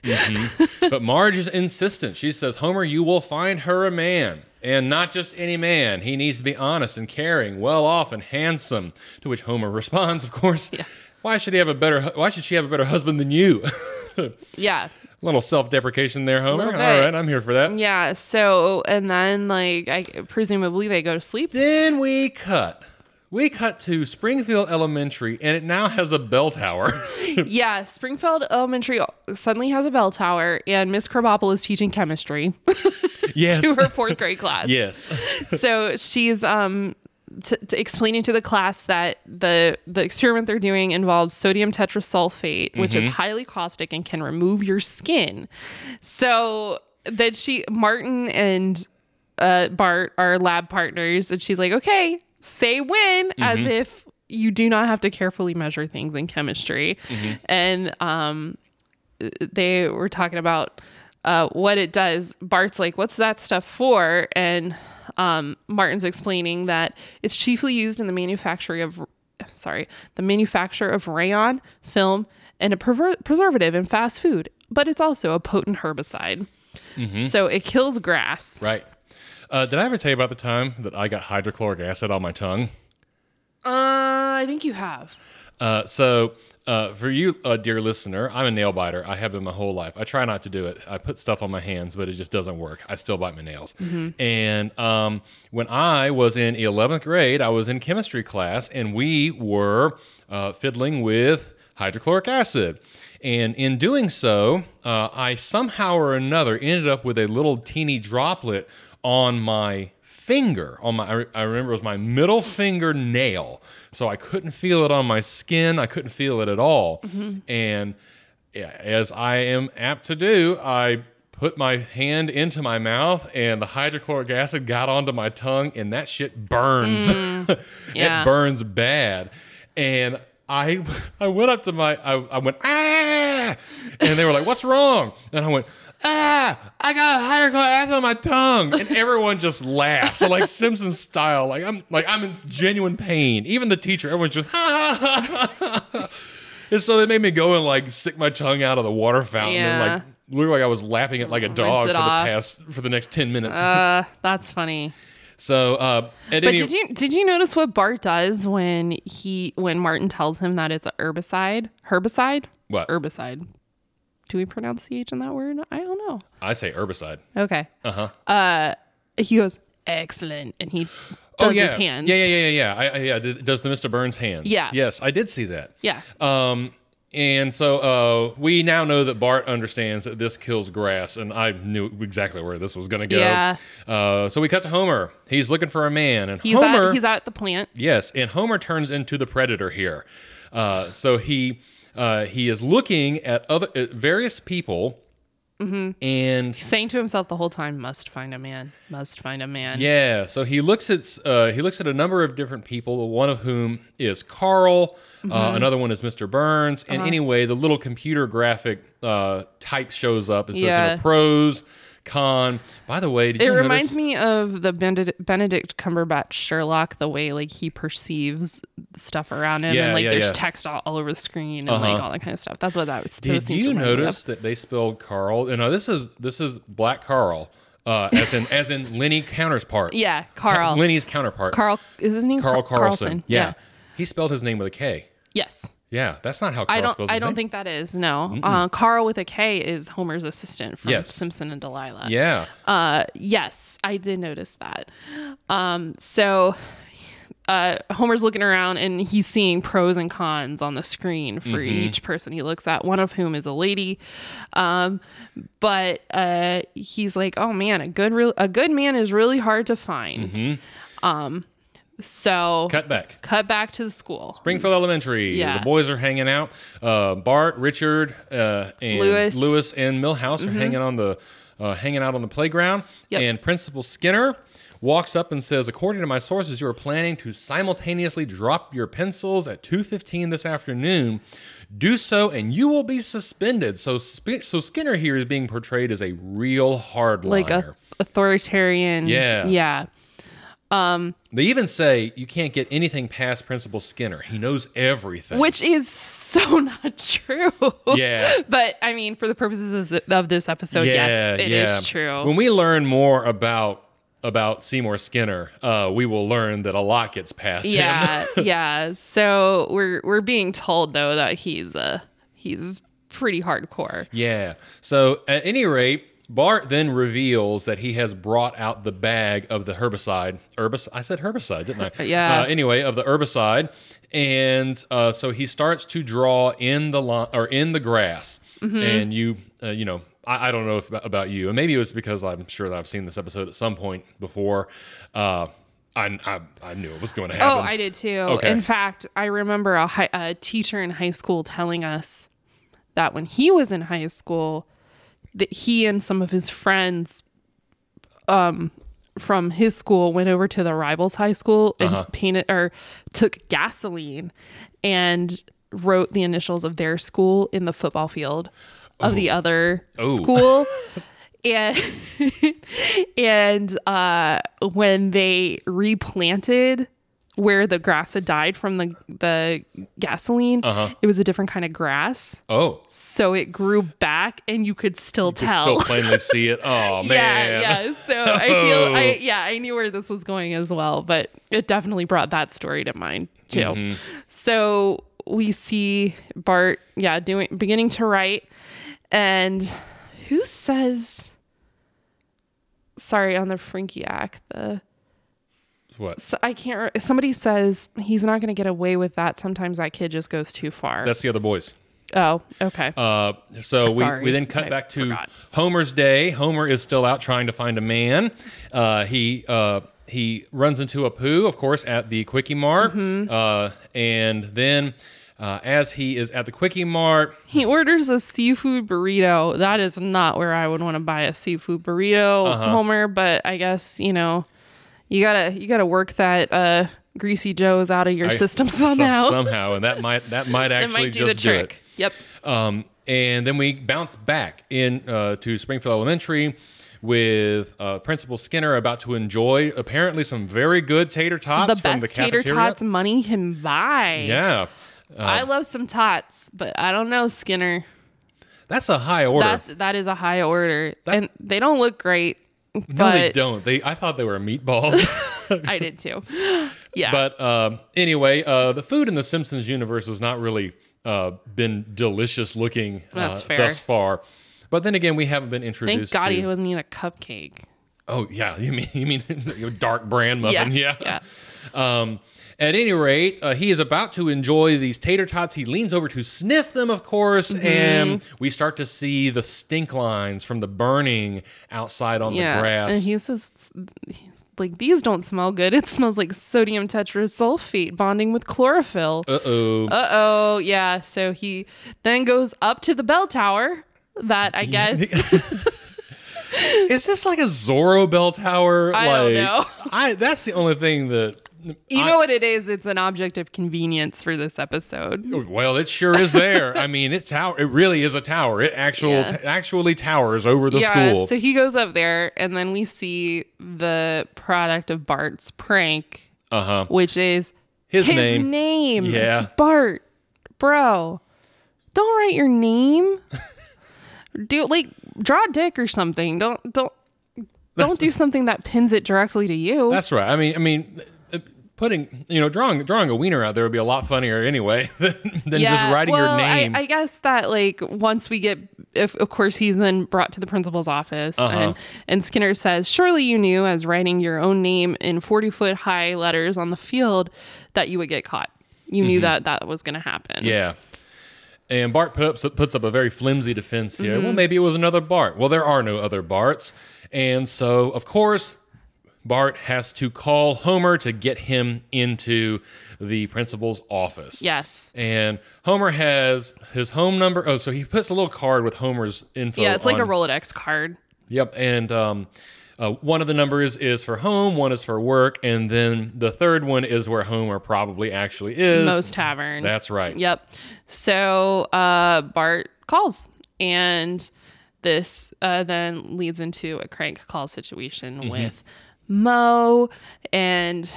[SPEAKER 1] but Marge is insistent. She says, Homer, you will find her a man. And not just any man. He needs to be honest and caring, well off and handsome. To which Homer responds, of course, why should he have a better hu- why should she have a better husband than you?
[SPEAKER 2] yeah,
[SPEAKER 1] little self-deprecation there, Homer. All
[SPEAKER 2] Little bit.
[SPEAKER 1] right, I'm here for that.
[SPEAKER 2] Yeah. So and then like I presumably they go to sleep.
[SPEAKER 1] Then we cut. We cut to Springfield Elementary, and it now has a bell tower.
[SPEAKER 2] yeah. Springfield Elementary suddenly has a bell tower, and Miss Krabappel is teaching chemistry
[SPEAKER 1] yes.
[SPEAKER 2] to her fourth grade class.
[SPEAKER 1] yes.
[SPEAKER 2] so she's um t- t- explaining to the class that the the experiment they're doing involves sodium tetrasulfate, which is highly caustic and can remove your skin. So then she Martin and uh, Bart are lab partners, and she's like, "Okay, say when," as if you do not have to carefully measure things in chemistry, and um they were talking about uh, what it does. Bart's like, "What's that stuff for?" And um, Martin's explaining that it's chiefly used in the manufacture of, sorry, the manufacture of rayon film and a perver- preservative in fast food, but it's also a potent herbicide. So it kills grass.
[SPEAKER 1] Right. Uh, did I ever tell you about the time that I got hydrochloric acid on my tongue?
[SPEAKER 2] Uh, I think you have.
[SPEAKER 1] Uh, so, uh, for you, uh, dear listener, I'm a nail biter. I have been my whole life. I try not to do it. I put stuff on my hands, but it just doesn't work. I still bite my nails. And um, when I was in 11th grade, I was in chemistry class, and we were uh, fiddling with hydrochloric acid. And in doing so, uh, I somehow or another ended up with a little teeny droplet on my finger on my I, re- I remember it was my middle finger nail so i couldn't feel it on my skin i couldn't feel it at all and yeah, as i am apt to do i put my hand into my mouth and the hydrochloric acid got onto my tongue and that shit burns
[SPEAKER 2] yeah.
[SPEAKER 1] it burns bad and i i went up to my i, I went ah and they were like what's wrong and i went ah i got hydrochloric acid on my tongue and everyone just laughed like simpson style like i'm like i'm in genuine pain even the teacher everyone's just ha ha ha, ha ha and so they made me go and like stick my tongue out of the water fountain and
[SPEAKER 2] Yeah.
[SPEAKER 1] like look like i was lapping it like a dog
[SPEAKER 2] it
[SPEAKER 1] for the
[SPEAKER 2] off.
[SPEAKER 1] past for the next 10 minutes
[SPEAKER 2] Uh, that's funny.
[SPEAKER 1] so uh at
[SPEAKER 2] But
[SPEAKER 1] any,
[SPEAKER 2] did you did you notice what Bart does when he when Martin tells him that it's a herbicide? Herbicide?
[SPEAKER 1] What?
[SPEAKER 2] Herbicide. Do we pronounce the H in that word? I don't know.
[SPEAKER 1] i say herbicide
[SPEAKER 2] Okay. Uh-huh. Uh he goes, Excellent. And he does
[SPEAKER 1] Oh, yeah.
[SPEAKER 2] his hands.
[SPEAKER 1] Yeah, yeah, yeah, yeah. I, I, yeah. did- Does the Mr. Burns hands?
[SPEAKER 2] Yeah.
[SPEAKER 1] Yes, I did see that.
[SPEAKER 2] Yeah.
[SPEAKER 1] Um, and so uh, we now know that Bart understands that this kills grass, and I knew exactly where this was going to go.
[SPEAKER 2] Yeah.
[SPEAKER 1] Uh, so we cut to Homer. He's looking for a man, and
[SPEAKER 2] He's
[SPEAKER 1] Homer.
[SPEAKER 2] at he's at the plant.
[SPEAKER 1] Yes, and Homer turns into the predator here. Uh, so he uh, he is looking at other at various people,
[SPEAKER 2] Mm-hmm.
[SPEAKER 1] and
[SPEAKER 2] Saying to himself the whole time, must find a man, must find a man.
[SPEAKER 1] Yeah, so he looks at uh, he looks at a number of different people. One of whom is Carl.
[SPEAKER 2] Mm-hmm.
[SPEAKER 1] Uh, another one is Mr. Burns.
[SPEAKER 2] Uh-huh.
[SPEAKER 1] And anyway, the little computer graphic uh, type shows up. It says you know,
[SPEAKER 2] Yeah. pros,
[SPEAKER 1] pros, con. By the way, did
[SPEAKER 2] It
[SPEAKER 1] you
[SPEAKER 2] reminds
[SPEAKER 1] notice?
[SPEAKER 2] me of the Benedict, Benedict Cumberbatch Sherlock, the way like he perceives stuff around him,
[SPEAKER 1] Yeah,
[SPEAKER 2] and like
[SPEAKER 1] yeah,
[SPEAKER 2] there's
[SPEAKER 1] yeah. Uh-huh.
[SPEAKER 2] text all, all over the screen and like all that kind of stuff. That's what that was. those
[SPEAKER 1] Did
[SPEAKER 2] scenes
[SPEAKER 1] you
[SPEAKER 2] reminded me of.
[SPEAKER 1] notice that they spelled Carl? You know, this is this is Black Carl, uh, as in as in Lenny counterpart.
[SPEAKER 2] Yeah, Carl.
[SPEAKER 1] Lenny's counterpart.
[SPEAKER 2] Carl is his name.
[SPEAKER 1] Carl
[SPEAKER 2] Car-
[SPEAKER 1] Carlson. Yeah. he spelled his name with a K.
[SPEAKER 2] Yes.
[SPEAKER 1] Yeah, that's not how Carl
[SPEAKER 2] I don't.
[SPEAKER 1] spells his
[SPEAKER 2] I don't
[SPEAKER 1] name.
[SPEAKER 2] think that is no. Uh, Carl with a K is Homer's assistant from
[SPEAKER 1] Yes.
[SPEAKER 2] Simpson and Delilah.
[SPEAKER 1] Yeah.
[SPEAKER 2] Uh, yes, I did notice that. Um, so uh, Homer's looking around and he's seeing pros and cons on the screen for each person he looks at, one of whom is a lady. Um, but uh, he's like, "Oh man, a good real a good man is really hard to find." Um, so cut.
[SPEAKER 1] Cut back.
[SPEAKER 2] back to the school.
[SPEAKER 1] Springfield Elementary.
[SPEAKER 2] Mm. Yeah.
[SPEAKER 1] The boys are hanging out. Uh, Bart, Richard, uh, and
[SPEAKER 2] Lewis. Mm-hmm.
[SPEAKER 1] Lewis and Millhouse are hanging on the uh, hanging out on the playground.
[SPEAKER 2] Yep.
[SPEAKER 1] And Principal Skinner walks up and says, "According to my sources, you are planning to simultaneously drop your pencils at 2:15 this afternoon. Do so, and you will be suspended." So, Sp- so Skinner here is being portrayed as a real hardliner.
[SPEAKER 2] Like a authoritarian.
[SPEAKER 1] Yeah.
[SPEAKER 2] Yeah.
[SPEAKER 1] they even say you can't get anything past Principal Skinner. He knows everything.
[SPEAKER 2] Which is so not true.
[SPEAKER 1] Yeah.
[SPEAKER 2] But I mean, for the purposes of- of this episode, yes, it is true.
[SPEAKER 1] When we learn more about about Seymour Skinner, uh, we will learn that a lot gets past him.
[SPEAKER 2] yeah, yeah. So we're we're being told though that he's uh he's pretty hardcore.
[SPEAKER 1] Yeah. So at any rate, Bart then reveals that he has brought out the bag of the herbicide. Herbicide. I said herbicide, didn't I?
[SPEAKER 2] Yeah.
[SPEAKER 1] Uh, anyway, of the herbicide, and uh, so he starts to draw in the line or in the grass,
[SPEAKER 2] Mm-hmm.
[SPEAKER 1] and you, uh, you know. I I don't know if about you, and maybe it was because I'm sure that I've seen this episode at some point before. Uh, I, I I knew it was going to happen.
[SPEAKER 2] Oh, I did too.
[SPEAKER 1] Okay.
[SPEAKER 2] In fact, I remember a, hi- a teacher in high school telling us that when he was in high school, that he and some of his friends um, from his school went over to the rivals high school and
[SPEAKER 1] Uh-huh.
[SPEAKER 2] painted or took gasoline and wrote the initials of their school in the football field of the other
[SPEAKER 1] Oh.
[SPEAKER 2] school. And and uh, when they replanted where the grass had died from the the gasoline,
[SPEAKER 1] Uh-huh.
[SPEAKER 2] it was a different kind of grass,
[SPEAKER 1] oh,
[SPEAKER 2] so it grew back, and you could still
[SPEAKER 1] could
[SPEAKER 2] tell.
[SPEAKER 1] still plainly see it. Oh man.
[SPEAKER 2] Yeah, yeah. So I feel,
[SPEAKER 1] Oh.
[SPEAKER 2] I, yeah, I knew where this was going as well, but it definitely brought that story to mind too.
[SPEAKER 1] Mm-hmm.
[SPEAKER 2] So we see Bart, yeah, doing beginning to write, and who says? Sorry, on the Frinkiac, the
[SPEAKER 1] What?
[SPEAKER 2] so I can't. re- Somebody says he's not going to get away with that. Sometimes that kid just goes too far.
[SPEAKER 1] That's the other boys.
[SPEAKER 2] oh, okay.
[SPEAKER 1] Uh, so we,
[SPEAKER 2] Sorry,
[SPEAKER 1] we then cut
[SPEAKER 2] I
[SPEAKER 1] back to
[SPEAKER 2] forgot.
[SPEAKER 1] Homer's day. Homer is still out trying to find a man. Uh, he uh, he runs into a poo, of course, at the quickie mart,
[SPEAKER 2] Mm-hmm.
[SPEAKER 1] uh, and then uh, as he is at the quickie mart,
[SPEAKER 2] He orders a seafood burrito. That is not where I would want to buy a seafood burrito,
[SPEAKER 1] Uh-huh.
[SPEAKER 2] Homer. But I guess you know, you gotta you gotta work that uh, greasy Joe's out of your
[SPEAKER 1] I-
[SPEAKER 2] system
[SPEAKER 1] some-
[SPEAKER 2] somehow.
[SPEAKER 1] somehow, and that might that might
[SPEAKER 2] it
[SPEAKER 1] actually
[SPEAKER 2] Oh, might do the
[SPEAKER 1] just do it.
[SPEAKER 2] trick. Yep.
[SPEAKER 1] Um, and then we bounce back in uh, to Springfield Elementary with uh, Principal Skinner about to enjoy apparently some very good tater tots
[SPEAKER 2] The
[SPEAKER 1] from
[SPEAKER 2] best
[SPEAKER 1] the
[SPEAKER 2] tater
[SPEAKER 1] cafeteria.
[SPEAKER 2] tots money can buy.
[SPEAKER 1] Yeah,
[SPEAKER 2] I love some tots, but I don't know Skinner.
[SPEAKER 1] that's a high order.
[SPEAKER 2] That's that is a high order, and they don't look great.
[SPEAKER 1] no, they
[SPEAKER 2] but
[SPEAKER 1] don't. They I thought they were meatballs.
[SPEAKER 2] I did too. Yeah.
[SPEAKER 1] but um, anyway, uh, the food in the Simpsons universe has not really uh, been delicious looking uh,
[SPEAKER 2] That's fair.
[SPEAKER 1] thus far. But then again, we haven't been
[SPEAKER 2] Thank
[SPEAKER 1] introduced.
[SPEAKER 2] God
[SPEAKER 1] to,
[SPEAKER 2] he wasn't eating a cupcake.
[SPEAKER 1] Oh yeah, you mean you mean your dark brand muffin? Yeah.
[SPEAKER 2] Yeah.
[SPEAKER 1] Um, at any rate, uh, he is about to enjoy these tater tots. He leans over to sniff them, of course,
[SPEAKER 2] Mm-hmm.
[SPEAKER 1] and we start to see the stink lines from the burning outside on the grass.
[SPEAKER 2] And he says, he's like, these don't smell good. It smells like sodium tetrasulfate bonding with chlorophyll.
[SPEAKER 1] uh oh.
[SPEAKER 2] Uh oh. Yeah. So he then goes up to the bell tower. That I guess.
[SPEAKER 1] Is this like a Zorro bell tower?
[SPEAKER 2] I
[SPEAKER 1] like,
[SPEAKER 2] don't know.
[SPEAKER 1] I that's the only thing that
[SPEAKER 2] you know what it is? It's an object of convenience for this episode.
[SPEAKER 1] well, it sure is there. I mean, it tower. It really is a tower. It actual
[SPEAKER 2] Yeah.
[SPEAKER 1] actually towers over the
[SPEAKER 2] yeah.
[SPEAKER 1] school.
[SPEAKER 2] So he goes up there, and then we see the product of Bart's prank,
[SPEAKER 1] uh huh.
[SPEAKER 2] which is
[SPEAKER 1] His,
[SPEAKER 2] his
[SPEAKER 1] name.
[SPEAKER 2] name.
[SPEAKER 1] Yeah.
[SPEAKER 2] Bart, bro, don't write your name. do like draw a dick or something. Don't don't don't do something that pins it directly to you.
[SPEAKER 1] That's right. I mean, I mean, uh, putting you know drawing drawing a wiener out there would be a lot funnier anyway than, than just writing
[SPEAKER 2] well,
[SPEAKER 1] your name.
[SPEAKER 2] I, I guess that like once we get, if of course he's then brought to the principal's office,
[SPEAKER 1] Uh-huh.
[SPEAKER 2] and and Skinner says, "Surely you knew, as writing your own name in forty foot high letters on the field, that you would get caught. You knew that that was going to happen."
[SPEAKER 1] Mm-hmm. yeah. And Bart put up, puts up a very flimsy defense here.
[SPEAKER 2] Mm-hmm.
[SPEAKER 1] Well, maybe it was another Bart. Well, there are no other Barts, and so of course. Bart has to call Homer to get him into the principal's office.
[SPEAKER 2] Yes.
[SPEAKER 1] And Homer has his home number. Oh, so he puts a little card with Homer's info.
[SPEAKER 2] Yeah, it's like a
[SPEAKER 1] on-
[SPEAKER 2] Rolodex card.
[SPEAKER 1] Yep, and um, uh, one of the numbers is for home, one is for work, and then the third one is where Homer probably actually is.
[SPEAKER 2] Most Tavern.
[SPEAKER 1] That's right.
[SPEAKER 2] Yep. So uh, Bart calls, and this uh, then leads into a crank call situation
[SPEAKER 1] Mm-hmm.
[SPEAKER 2] with Mo. And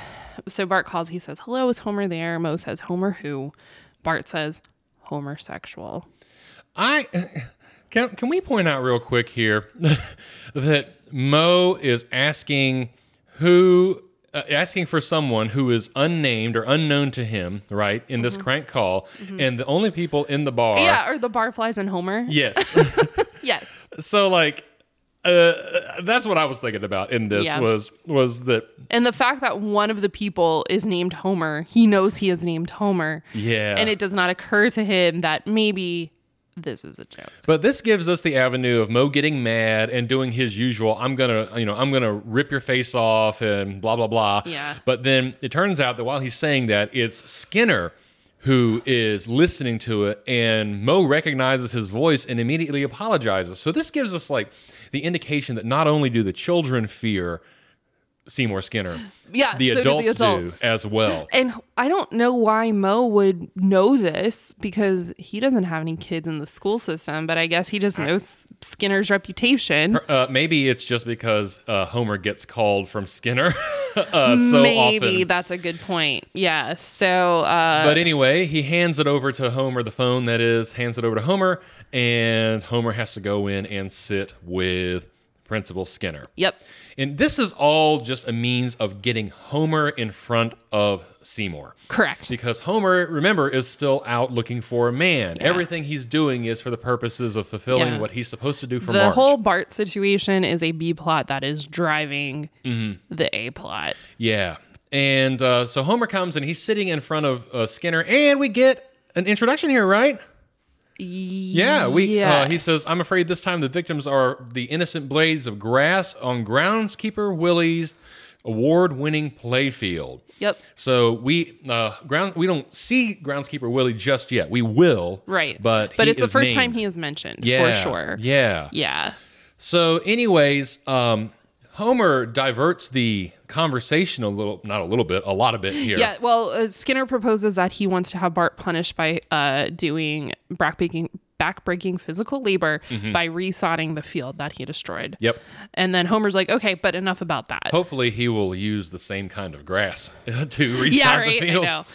[SPEAKER 2] so Bart calls. He says, "Hello, is Homer there?" Mo says, "Homer who?" Bart says, "Homosexual."
[SPEAKER 1] I can can we point out real quick here that Mo is asking who uh, asking for someone who is unnamed or unknown to him, right, in this crank call, and the only people in the bar.
[SPEAKER 2] Mm-hmm. yeah, or the barflies and Homer.
[SPEAKER 1] Yes.
[SPEAKER 2] Yes.
[SPEAKER 1] so like, uh, that's what I was thinking about in this
[SPEAKER 2] Yeah.
[SPEAKER 1] was was that
[SPEAKER 2] And the fact that one of the people is named Homer, he knows he is named Homer.
[SPEAKER 1] yeah,
[SPEAKER 2] And it does not occur to him that maybe this is a joke.
[SPEAKER 1] But this gives us the avenue of Mo getting mad and doing his usual. I'm gonna, you know, I'm gonna rip your face off and blah blah blah.
[SPEAKER 2] Yeah.
[SPEAKER 1] But then it turns out that while he's saying that, it's Skinner who is listening to it, and Mo recognizes his voice and immediately apologizes. So this gives us like the indication that not only do the children fear Seymour Skinner,
[SPEAKER 2] Yeah,
[SPEAKER 1] the,
[SPEAKER 2] so
[SPEAKER 1] adults,
[SPEAKER 2] do the adults.
[SPEAKER 1] do as well.
[SPEAKER 2] And I don't know why Mo would know this because he doesn't have any kids in the school system, but I guess he just knows Skinner's reputation.
[SPEAKER 1] Uh, maybe it's just because uh, Homer gets called from Skinner uh, so
[SPEAKER 2] maybe
[SPEAKER 1] often.
[SPEAKER 2] that's a good point. Yeah. So uh,
[SPEAKER 1] But anyway, he hands it over to Homer, the phone that is, hands it over to Homer, and Homer has to go in and sit with Principal Skinner.
[SPEAKER 2] yep.
[SPEAKER 1] And this is all just a means of getting Homer in front of Seymour.
[SPEAKER 2] Correct.
[SPEAKER 1] Because Homer, remember, is still out looking for a man. Everything he's doing is for the purposes of fulfilling
[SPEAKER 2] Yeah.
[SPEAKER 1] what he's supposed to do for
[SPEAKER 2] The
[SPEAKER 1] March.
[SPEAKER 2] whole Bart situation is a B plot that is driving
[SPEAKER 1] Mm-hmm.
[SPEAKER 2] the A plot.
[SPEAKER 1] yeah. And uh, so Homer comes and he's sitting in front of uh, Skinner, and we get an introduction here, right? Yeah, we. Uh, he
[SPEAKER 2] Yes.
[SPEAKER 1] says, "I'm afraid this time the victims are the innocent blades of grass on groundskeeper Willie's award-winning playfield."
[SPEAKER 2] Yep.
[SPEAKER 1] So we uh, ground we don't see groundskeeper Willie just yet. We will,
[SPEAKER 2] Right.
[SPEAKER 1] But
[SPEAKER 2] but
[SPEAKER 1] he
[SPEAKER 2] it's the
[SPEAKER 1] is
[SPEAKER 2] first
[SPEAKER 1] named.
[SPEAKER 2] time he is mentioned
[SPEAKER 1] yeah,
[SPEAKER 2] for sure.
[SPEAKER 1] Yeah.
[SPEAKER 2] Yeah.
[SPEAKER 1] So, anyways, um, Homer diverts the conversation a little, not a little bit, a lot of bit here.
[SPEAKER 2] Yeah, well, uh, Skinner proposes that he wants to have Bart punished by uh, doing backbreaking, backbreaking physical labor by resodding the field that he destroyed.
[SPEAKER 1] Mm-hmm. Yep.
[SPEAKER 2] And then Homer's like, okay, but enough about that.
[SPEAKER 1] Hopefully, he will use the same kind of grass to restart
[SPEAKER 2] yeah, right.
[SPEAKER 1] the
[SPEAKER 2] I
[SPEAKER 1] field.
[SPEAKER 2] know.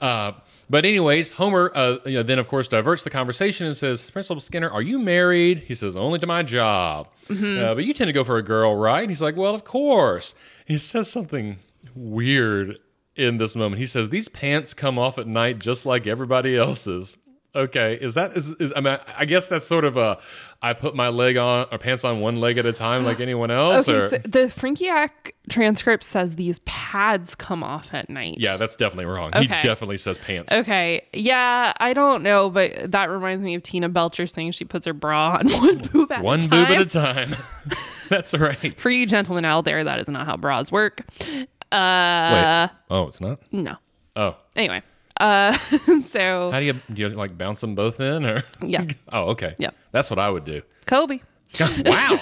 [SPEAKER 1] Uh, but anyways, Homer uh, you know, then of course diverts the conversation and says, "Principal Skinner, are you married?" He says, "Only to my job."
[SPEAKER 2] Mm-hmm.
[SPEAKER 1] Uh, but you tend to go for a girl, right? He's like, "Well, of course." He says something weird in this moment. He says, "These pants come off at night just like everybody else's." Okay, is that is, is I mean I- I guess that's sort of a I put my leg on or pants on one leg at a time like anyone else
[SPEAKER 2] Okay,
[SPEAKER 1] or
[SPEAKER 2] so the Frankiak transcript says these pads come off at night.
[SPEAKER 1] yeah, that's definitely wrong. He
[SPEAKER 2] Okay.
[SPEAKER 1] definitely says pants.
[SPEAKER 2] Okay. Yeah, I don't know, but that reminds me of Tina Belcher saying she puts her bra on one boob at
[SPEAKER 1] One
[SPEAKER 2] a time.
[SPEAKER 1] boob at a time. that's right.
[SPEAKER 2] For you gentlemen out there, that is not how bras work.
[SPEAKER 1] Wait.
[SPEAKER 2] Uh,
[SPEAKER 1] oh, it's not.
[SPEAKER 2] no.
[SPEAKER 1] Oh,
[SPEAKER 2] Anyway, uh, so
[SPEAKER 1] how do you do you like bounce them both in or?
[SPEAKER 2] yeah,
[SPEAKER 1] Oh, okay.
[SPEAKER 2] Yeah.
[SPEAKER 1] that's what I would do.
[SPEAKER 2] Kobe,
[SPEAKER 1] wow,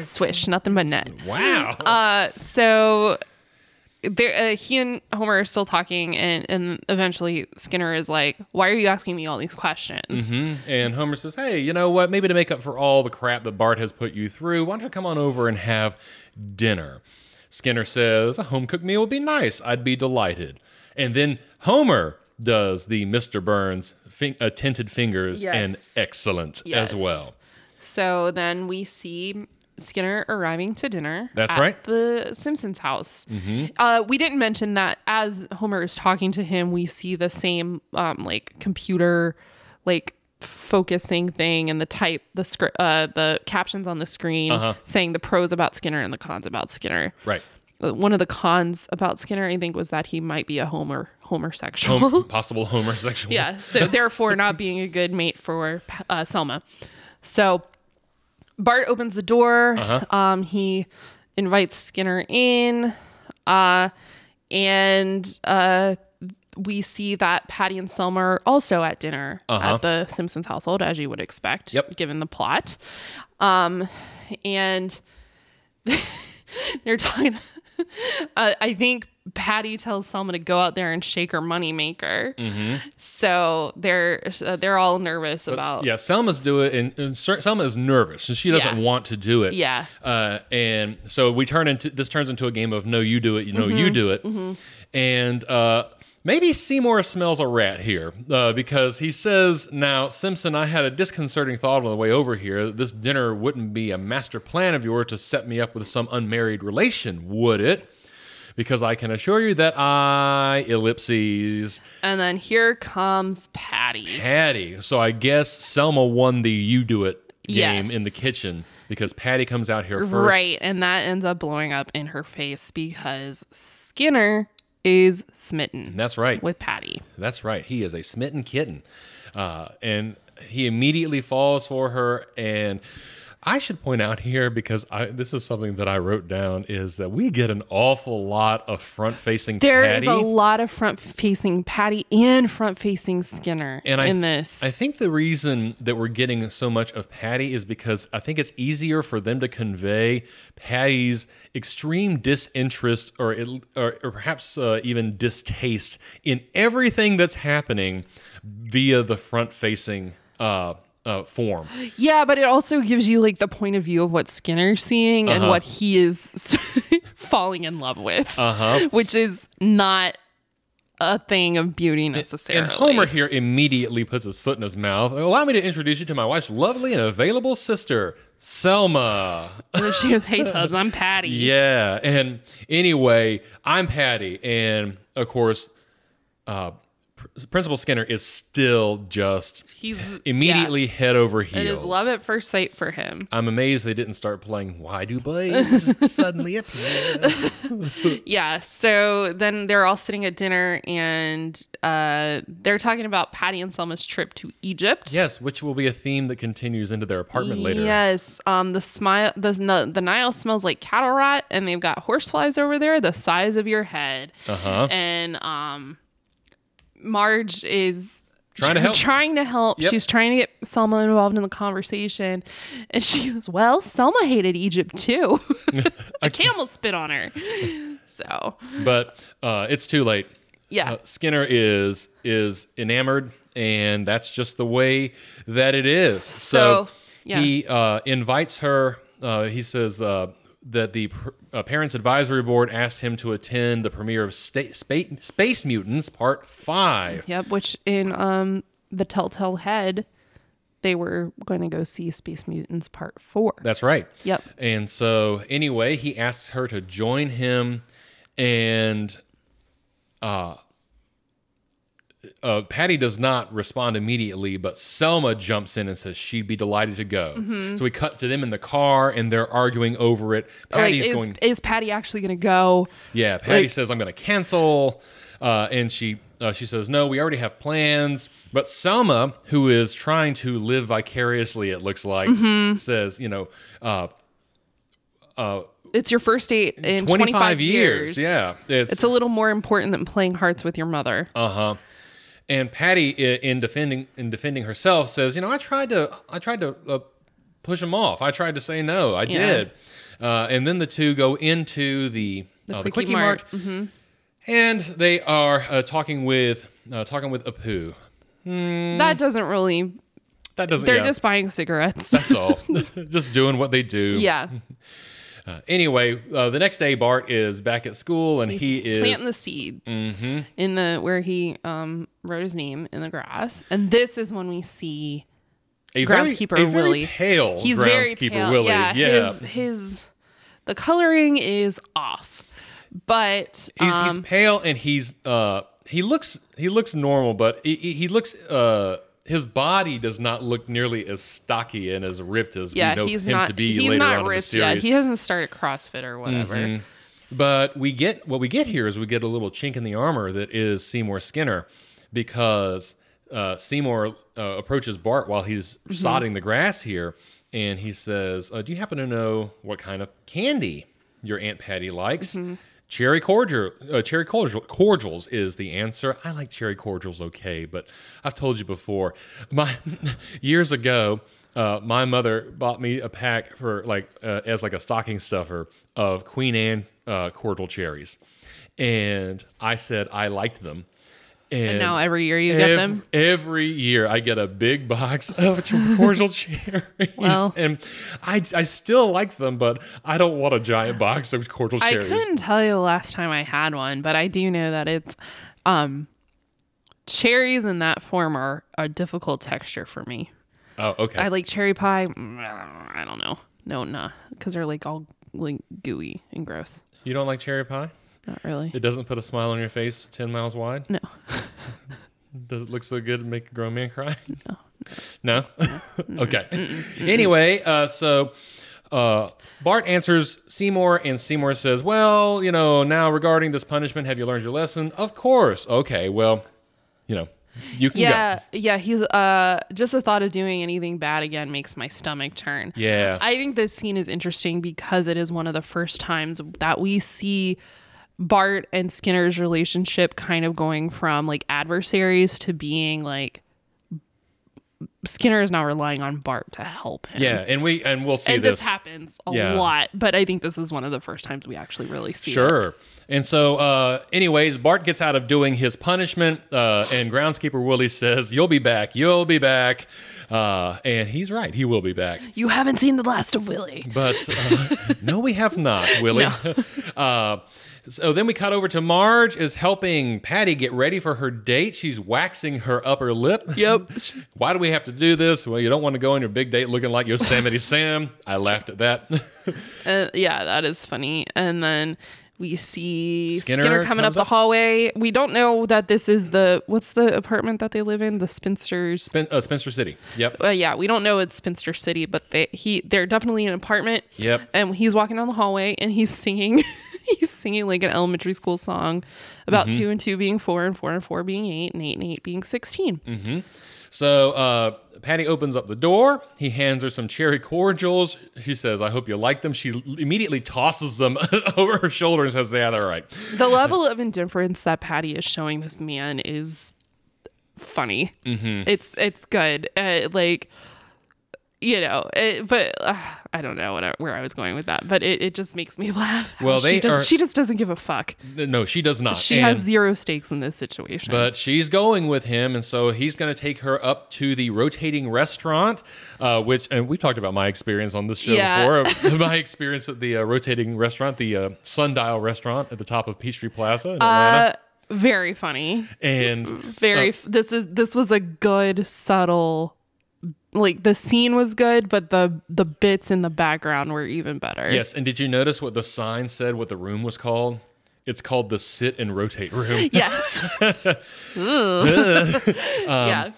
[SPEAKER 2] swish, nothing but net.
[SPEAKER 1] wow.
[SPEAKER 2] Uh, so there, uh, he and Homer are still talking, and and eventually Skinner is like, "Why are you asking me all these questions?"
[SPEAKER 1] Hmm. and Homer says, "Hey, you know what? Maybe to make up for all the crap that Bart has put you through, why don't you come on over and have dinner?" Skinner says, "A home cooked meal would be nice. I'd be delighted." And then Homer does the Mr. Burns fin- uh, tinted fingers
[SPEAKER 2] Yes.
[SPEAKER 1] and excellent
[SPEAKER 2] Yes.
[SPEAKER 1] as well.
[SPEAKER 2] So then we see Skinner arriving to dinner.
[SPEAKER 1] That's
[SPEAKER 2] at
[SPEAKER 1] right. Mm-hmm.
[SPEAKER 2] The Simpsons house. Uh, we didn't mention that as Homer is talking to him, we see the same um, like computer like focusing thing and the type the script uh, the captions on the screen
[SPEAKER 1] Uh-huh.
[SPEAKER 2] saying the pros about Skinner and the cons about Skinner.
[SPEAKER 1] Right.
[SPEAKER 2] Uh, One of the cons about Skinner, I think, was that he might be a Homer homosexual.
[SPEAKER 1] Hom- possible homosexual.
[SPEAKER 2] Yeah. So therefore, not being a good mate for uh, Selma. So Bart opens the door. Um, he invites Skinner in, uh, and uh, we see that Patty and Selma are also at dinner at the Simpsons household, as you would expect,
[SPEAKER 1] Uh-huh. Yep.
[SPEAKER 2] given the plot. Um, and they're talking. uh, I think Patty tells Selma to go out there and shake her moneymaker.
[SPEAKER 1] Mm-hmm.
[SPEAKER 2] So they're uh, they're all nervous about
[SPEAKER 1] Yeah, Selma's do it, and, and Ser- Selma is nervous, and she doesn't
[SPEAKER 2] Yeah.
[SPEAKER 1] want to do it.
[SPEAKER 2] Yeah.
[SPEAKER 1] uh, and so we turn into this turns into a game of no, you do it, you know,
[SPEAKER 2] Mm-hmm.
[SPEAKER 1] you do it, and uh, maybe Seymour smells a rat here uh, because he says, "Now, Simpson, I had a disconcerting thought on the way over here. This dinner wouldn't be a master plan of yours to set me up with some unmarried relation, would it?" because I can assure you that I ellipses
[SPEAKER 2] And then here comes Patty.
[SPEAKER 1] Patty. So I guess Selma won the you do it game
[SPEAKER 2] Yes.
[SPEAKER 1] in the kitchen because Patty comes out here first.
[SPEAKER 2] Right. And that ends up blowing up in her face because Skinner is smitten
[SPEAKER 1] That's right.
[SPEAKER 2] with Patty.
[SPEAKER 1] That's right. He is a smitten kitten. Uh, and he immediately falls for her. And I should point out here because I, this is something that I wrote down is that we get an awful lot of front facing
[SPEAKER 2] There is
[SPEAKER 1] Patty.
[SPEAKER 2] a lot of front facing Patty and front facing Skinner
[SPEAKER 1] and I,
[SPEAKER 2] in
[SPEAKER 1] th-
[SPEAKER 2] this.
[SPEAKER 1] I think the reason that we're getting so much of Patty is because I think it's easier for them to convey Patty's extreme disinterest or, it, or, or perhaps uh, even distaste in everything that's happening via the front facing uh, uh, form.
[SPEAKER 2] yeah, but it also gives you like the point of view of what Skinner's seeing
[SPEAKER 1] Uh-huh.
[SPEAKER 2] and what he is falling in love with, uh-huh. which is not a thing of beauty necessarily.
[SPEAKER 1] And Homer here immediately puts his foot in his mouth. Allow me to introduce you to my wife's lovely and available sister, Selma.
[SPEAKER 2] And then she goes, "Hey Tubbs, I'm Patty."
[SPEAKER 1] Yeah. And anyway, I'm Patty. And of course, uh, Pr- Principal Skinner is still just
[SPEAKER 2] He's
[SPEAKER 1] immediately head over
[SPEAKER 2] yeah,
[SPEAKER 1] heels.
[SPEAKER 2] it is love at first sight for him.
[SPEAKER 1] I'm amazed they didn't start playing Why Do Blades Suddenly Appear?
[SPEAKER 2] Yeah. So then they're all sitting at dinner and uh, they're talking about Patty and Selma's trip to Egypt.
[SPEAKER 1] yes, which will be a theme that continues into their apartment later.
[SPEAKER 2] Yes. Um. The smile. The N- the Nile smells like cattle rot, and they've got horseflies over there the size of your head.
[SPEAKER 1] Uh-huh.
[SPEAKER 2] And um, Marge is.
[SPEAKER 1] Trying to help.
[SPEAKER 2] Trying to help.
[SPEAKER 1] Yep.
[SPEAKER 2] She's trying to get Selma involved in the conversation. And she goes, Well, Selma hated Egypt too. A camel spit on her. So,
[SPEAKER 1] But uh, it's too late.
[SPEAKER 2] yeah.
[SPEAKER 1] Uh, Skinner is is enamored, and that's just the way that it is. So,
[SPEAKER 2] So, yeah.
[SPEAKER 1] he uh, invites her. Uh, he says uh, that the pr- uh, parents' advisory board asked him to attend the premiere of Sta- Spa- Space Mutants Part Five.
[SPEAKER 2] Yep, which in um the Telltale Head, they were going to go see Space Mutants Part Four.
[SPEAKER 1] That's right.
[SPEAKER 2] Yep.
[SPEAKER 1] And so, anyway, he asks her to join him, and uh, uh, Patty does not respond immediately, but Selma jumps in and says she'd be delighted to go.
[SPEAKER 2] Mm-hmm.
[SPEAKER 1] So we cut to them in the car, and they're arguing over it.
[SPEAKER 2] Like,
[SPEAKER 1] Patty's
[SPEAKER 2] is,
[SPEAKER 1] going,
[SPEAKER 2] is Patty actually going to go?
[SPEAKER 1] yeah. Patty
[SPEAKER 2] like-
[SPEAKER 1] says I'm going to cancel, uh, and she. Uh, she says, "No, we already have plans." But Selma, who is trying to live vicariously, it looks like,
[SPEAKER 2] Mm-hmm.
[SPEAKER 1] says, "You know, uh,
[SPEAKER 2] It's your first date in 25,
[SPEAKER 1] 25, years.
[SPEAKER 2] years.
[SPEAKER 1] Yeah. It's,
[SPEAKER 2] It's a little more important than playing hearts with your mother.
[SPEAKER 1] Um, and Patty i- in defending in defending herself says, you know, I tried to I tried to uh, push him off. I tried to say no. I
[SPEAKER 2] Yeah.
[SPEAKER 1] did. Uh, and then the two go into the the, uh, the
[SPEAKER 2] Quickie
[SPEAKER 1] quickie
[SPEAKER 2] Mart. Mm-hmm.
[SPEAKER 1] mart, and they are uh, talking with uh, talking with Apu.
[SPEAKER 2] That doesn't really.
[SPEAKER 1] That doesn't.
[SPEAKER 2] They're
[SPEAKER 1] yeah,
[SPEAKER 2] just buying cigarettes.
[SPEAKER 1] that's all. just doing what they do.
[SPEAKER 2] yeah,
[SPEAKER 1] Anyway, uh, the next day Bart is back at school and he is Mm-hmm.
[SPEAKER 2] planting the seed in the where he um wrote his name in the grass, and this is when we see
[SPEAKER 1] a
[SPEAKER 2] groundskeeper
[SPEAKER 1] very, a very
[SPEAKER 2] Willie.
[SPEAKER 1] pale
[SPEAKER 2] He's
[SPEAKER 1] groundskeeper
[SPEAKER 2] very pale.
[SPEAKER 1] Willie.
[SPEAKER 2] Yeah,
[SPEAKER 1] Yeah.
[SPEAKER 2] His, his the coloring is off, but
[SPEAKER 1] he's,
[SPEAKER 2] um,
[SPEAKER 1] he's pale and he's uh he looks he looks normal but he, he he looks uh his body does not look nearly as stocky and as ripped as we
[SPEAKER 2] yeah,
[SPEAKER 1] know
[SPEAKER 2] he's
[SPEAKER 1] him
[SPEAKER 2] not
[SPEAKER 1] to be
[SPEAKER 2] he's
[SPEAKER 1] later
[SPEAKER 2] not
[SPEAKER 1] on in the
[SPEAKER 2] ripped yet.
[SPEAKER 1] series. Mm-hmm.
[SPEAKER 2] He hasn't started CrossFit or whatever.
[SPEAKER 1] but we get what we get here is we get a little chink in the armor that is Seymour Skinner because uh, Seymour uh, approaches Bart while he's sodding the grass here and he says, uh, "Do you happen to know what kind of candy your aunt Patty likes?" Cherry cordial, uh, cherry cordial, cordials is the answer. I like cherry cordials, okay, but I've told you before. My years ago, uh, my mother bought me a pack for like uh, as like a stocking stuffer of Queen Anne uh, cordial cherries, and I said I liked them. And,
[SPEAKER 2] And now every year you get
[SPEAKER 1] ev-
[SPEAKER 2] them.
[SPEAKER 1] Every year I get a big box of cordial cherries,
[SPEAKER 2] Well.
[SPEAKER 1] and I I still like them, but I don't want a giant box of cordial
[SPEAKER 2] I
[SPEAKER 1] cherries.
[SPEAKER 2] couldn't tell you the last time I had one, but I do know that it's um cherries in that form are a difficult texture for me.
[SPEAKER 1] Oh, okay.
[SPEAKER 2] I like cherry pie. Mm, I don't know. No, nah, because they're like all like gooey and gross.
[SPEAKER 1] you don't like cherry pie?
[SPEAKER 2] Not really.
[SPEAKER 1] It doesn't put a smile on your face 10 miles wide.
[SPEAKER 2] No.
[SPEAKER 1] Does it look so good and make a grown man cry? No. No? okay. Anyway, uh, so uh, Bart answers Seymour, and Seymour says, Well, you know, now regarding this punishment, have you learned your lesson? Of course. Okay, well, you know, you can
[SPEAKER 2] Yeah,
[SPEAKER 1] go.
[SPEAKER 2] yeah. He's uh just the thought of doing anything bad again makes my stomach turn.
[SPEAKER 1] Yeah.
[SPEAKER 2] I think this scene is interesting because it is one of the first times that we see Bart and Skinner's relationship kind of going from like adversaries to being like Skinner is now relying on Bart to help him.
[SPEAKER 1] yeah, and we and we'll see
[SPEAKER 2] And
[SPEAKER 1] this.
[SPEAKER 2] this, happens a
[SPEAKER 1] Yeah.
[SPEAKER 2] lot, but I think this is one of the first times we actually really see it.
[SPEAKER 1] Sure. And so, uh, anyways, Bart gets out of doing his punishment, uh, and groundskeeper Willie says, "You'll be back. You'll be back." Uh, and he's right; he will be back.
[SPEAKER 2] You haven't seen the last of Willie.
[SPEAKER 1] But uh, no, we have not, Willie. uh, so then we cut over to Marge is helping Patty get ready for her date. She's waxing her upper lip.
[SPEAKER 2] Yep.
[SPEAKER 1] Why do we have to do this? Well, you don't want to go on your big date looking like Yosemite Sam. I laughed at that.
[SPEAKER 2] Uh, yeah, that is funny. And then we see
[SPEAKER 1] Skinner
[SPEAKER 2] Skinner, coming
[SPEAKER 1] comes
[SPEAKER 2] up the
[SPEAKER 1] up.
[SPEAKER 2] hallway. We don't know that this is the what's the apartment that they live in, the Spinsters.
[SPEAKER 1] Spen- uh, Spencer City. Yep.
[SPEAKER 2] Uh, yeah, we don't know it's Spinster City, but they he they're definitely in an apartment.
[SPEAKER 1] Yep.
[SPEAKER 2] And he's walking down the hallway and he's singing he's singing like an elementary school song about two and two being four and four and four being eight and eight and eight being 16
[SPEAKER 1] So uh, Patty opens up the door. He hands her some cherry cordials. She says, "I hope you like them." She l- immediately tosses them over her shoulder and says, "Yeah, they're all right."
[SPEAKER 2] The level of indifference that Patty is showing this man is funny.
[SPEAKER 1] Mm-hmm.
[SPEAKER 2] It's it's good. Uh, like you know, it, but uh, I don't know what I, where I was going with that. But it, it just makes me laugh.
[SPEAKER 1] Well, they
[SPEAKER 2] she, does,
[SPEAKER 1] are-
[SPEAKER 2] she just doesn't give a fuck.
[SPEAKER 1] No, she does not.
[SPEAKER 2] She
[SPEAKER 1] And-
[SPEAKER 2] has zero stakes in this situation.
[SPEAKER 1] But she's going with him, and so he's going to take her up to the rotating restaurant, uh, which and we talked about my experience on this show
[SPEAKER 2] Yeah.
[SPEAKER 1] before. uh, my experience at the uh, rotating restaurant, the uh, Sundial restaurant at the top of Peachtree Plaza in
[SPEAKER 2] uh,
[SPEAKER 1] Atlanta,
[SPEAKER 2] very funny.
[SPEAKER 1] and
[SPEAKER 2] Very. f this is this was a good subtle. Like the scene was good, but the the bits in the background were even better.
[SPEAKER 1] yes, and did you notice what the sign said? What the room was called? It's called the sit and rotate room.
[SPEAKER 2] Yes.
[SPEAKER 1] Um,
[SPEAKER 2] yeah.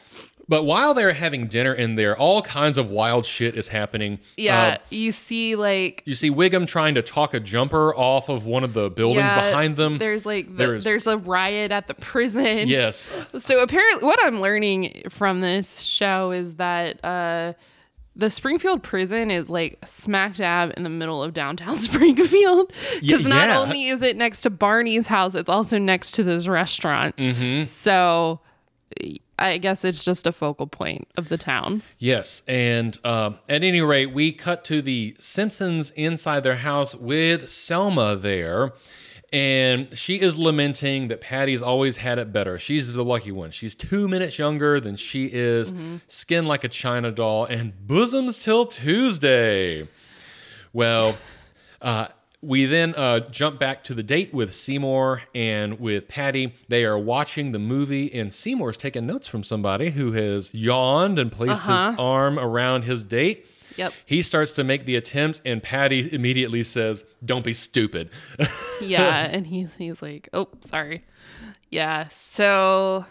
[SPEAKER 1] But while they're having dinner in there, all kinds of wild shit is happening.
[SPEAKER 2] Yeah.
[SPEAKER 1] Uh,
[SPEAKER 2] you see, like,
[SPEAKER 1] you see Wiggum trying to talk a jumper off of one of the buildings
[SPEAKER 2] yeah,
[SPEAKER 1] behind them.
[SPEAKER 2] There's like, the,
[SPEAKER 1] um, There's-
[SPEAKER 2] there's, a riot at the prison.
[SPEAKER 1] yes.
[SPEAKER 2] So apparently, what I'm learning from this show is that uh, the Springfield prison is like smack dab in the middle of downtown Springfield.
[SPEAKER 1] Ye-
[SPEAKER 2] Because not
[SPEAKER 1] yeah.
[SPEAKER 2] only is it next to Barney's house, it's also next to this restaurant.
[SPEAKER 1] Mm-hmm.
[SPEAKER 2] So. I guess it's just a focal point of the town.
[SPEAKER 1] Yes, and um, at any rate, we cut to the Simpsons inside their house with Selma there, and she is lamenting that Patty's always had it better. She's the lucky one. She's two minutes younger than she is, skin like a china doll, and bosoms till Tuesday. Well, uh, we then uh, jump back to the date with Seymour and with Patty. They are watching the movie, and Seymour's taking notes from somebody who has yawned and placed his arm around his date.
[SPEAKER 2] Yep.
[SPEAKER 1] He starts to make the attempt, and Patty immediately says, Don't be stupid.
[SPEAKER 2] Yeah, and he's he's like, "Oh, sorry." Yeah. So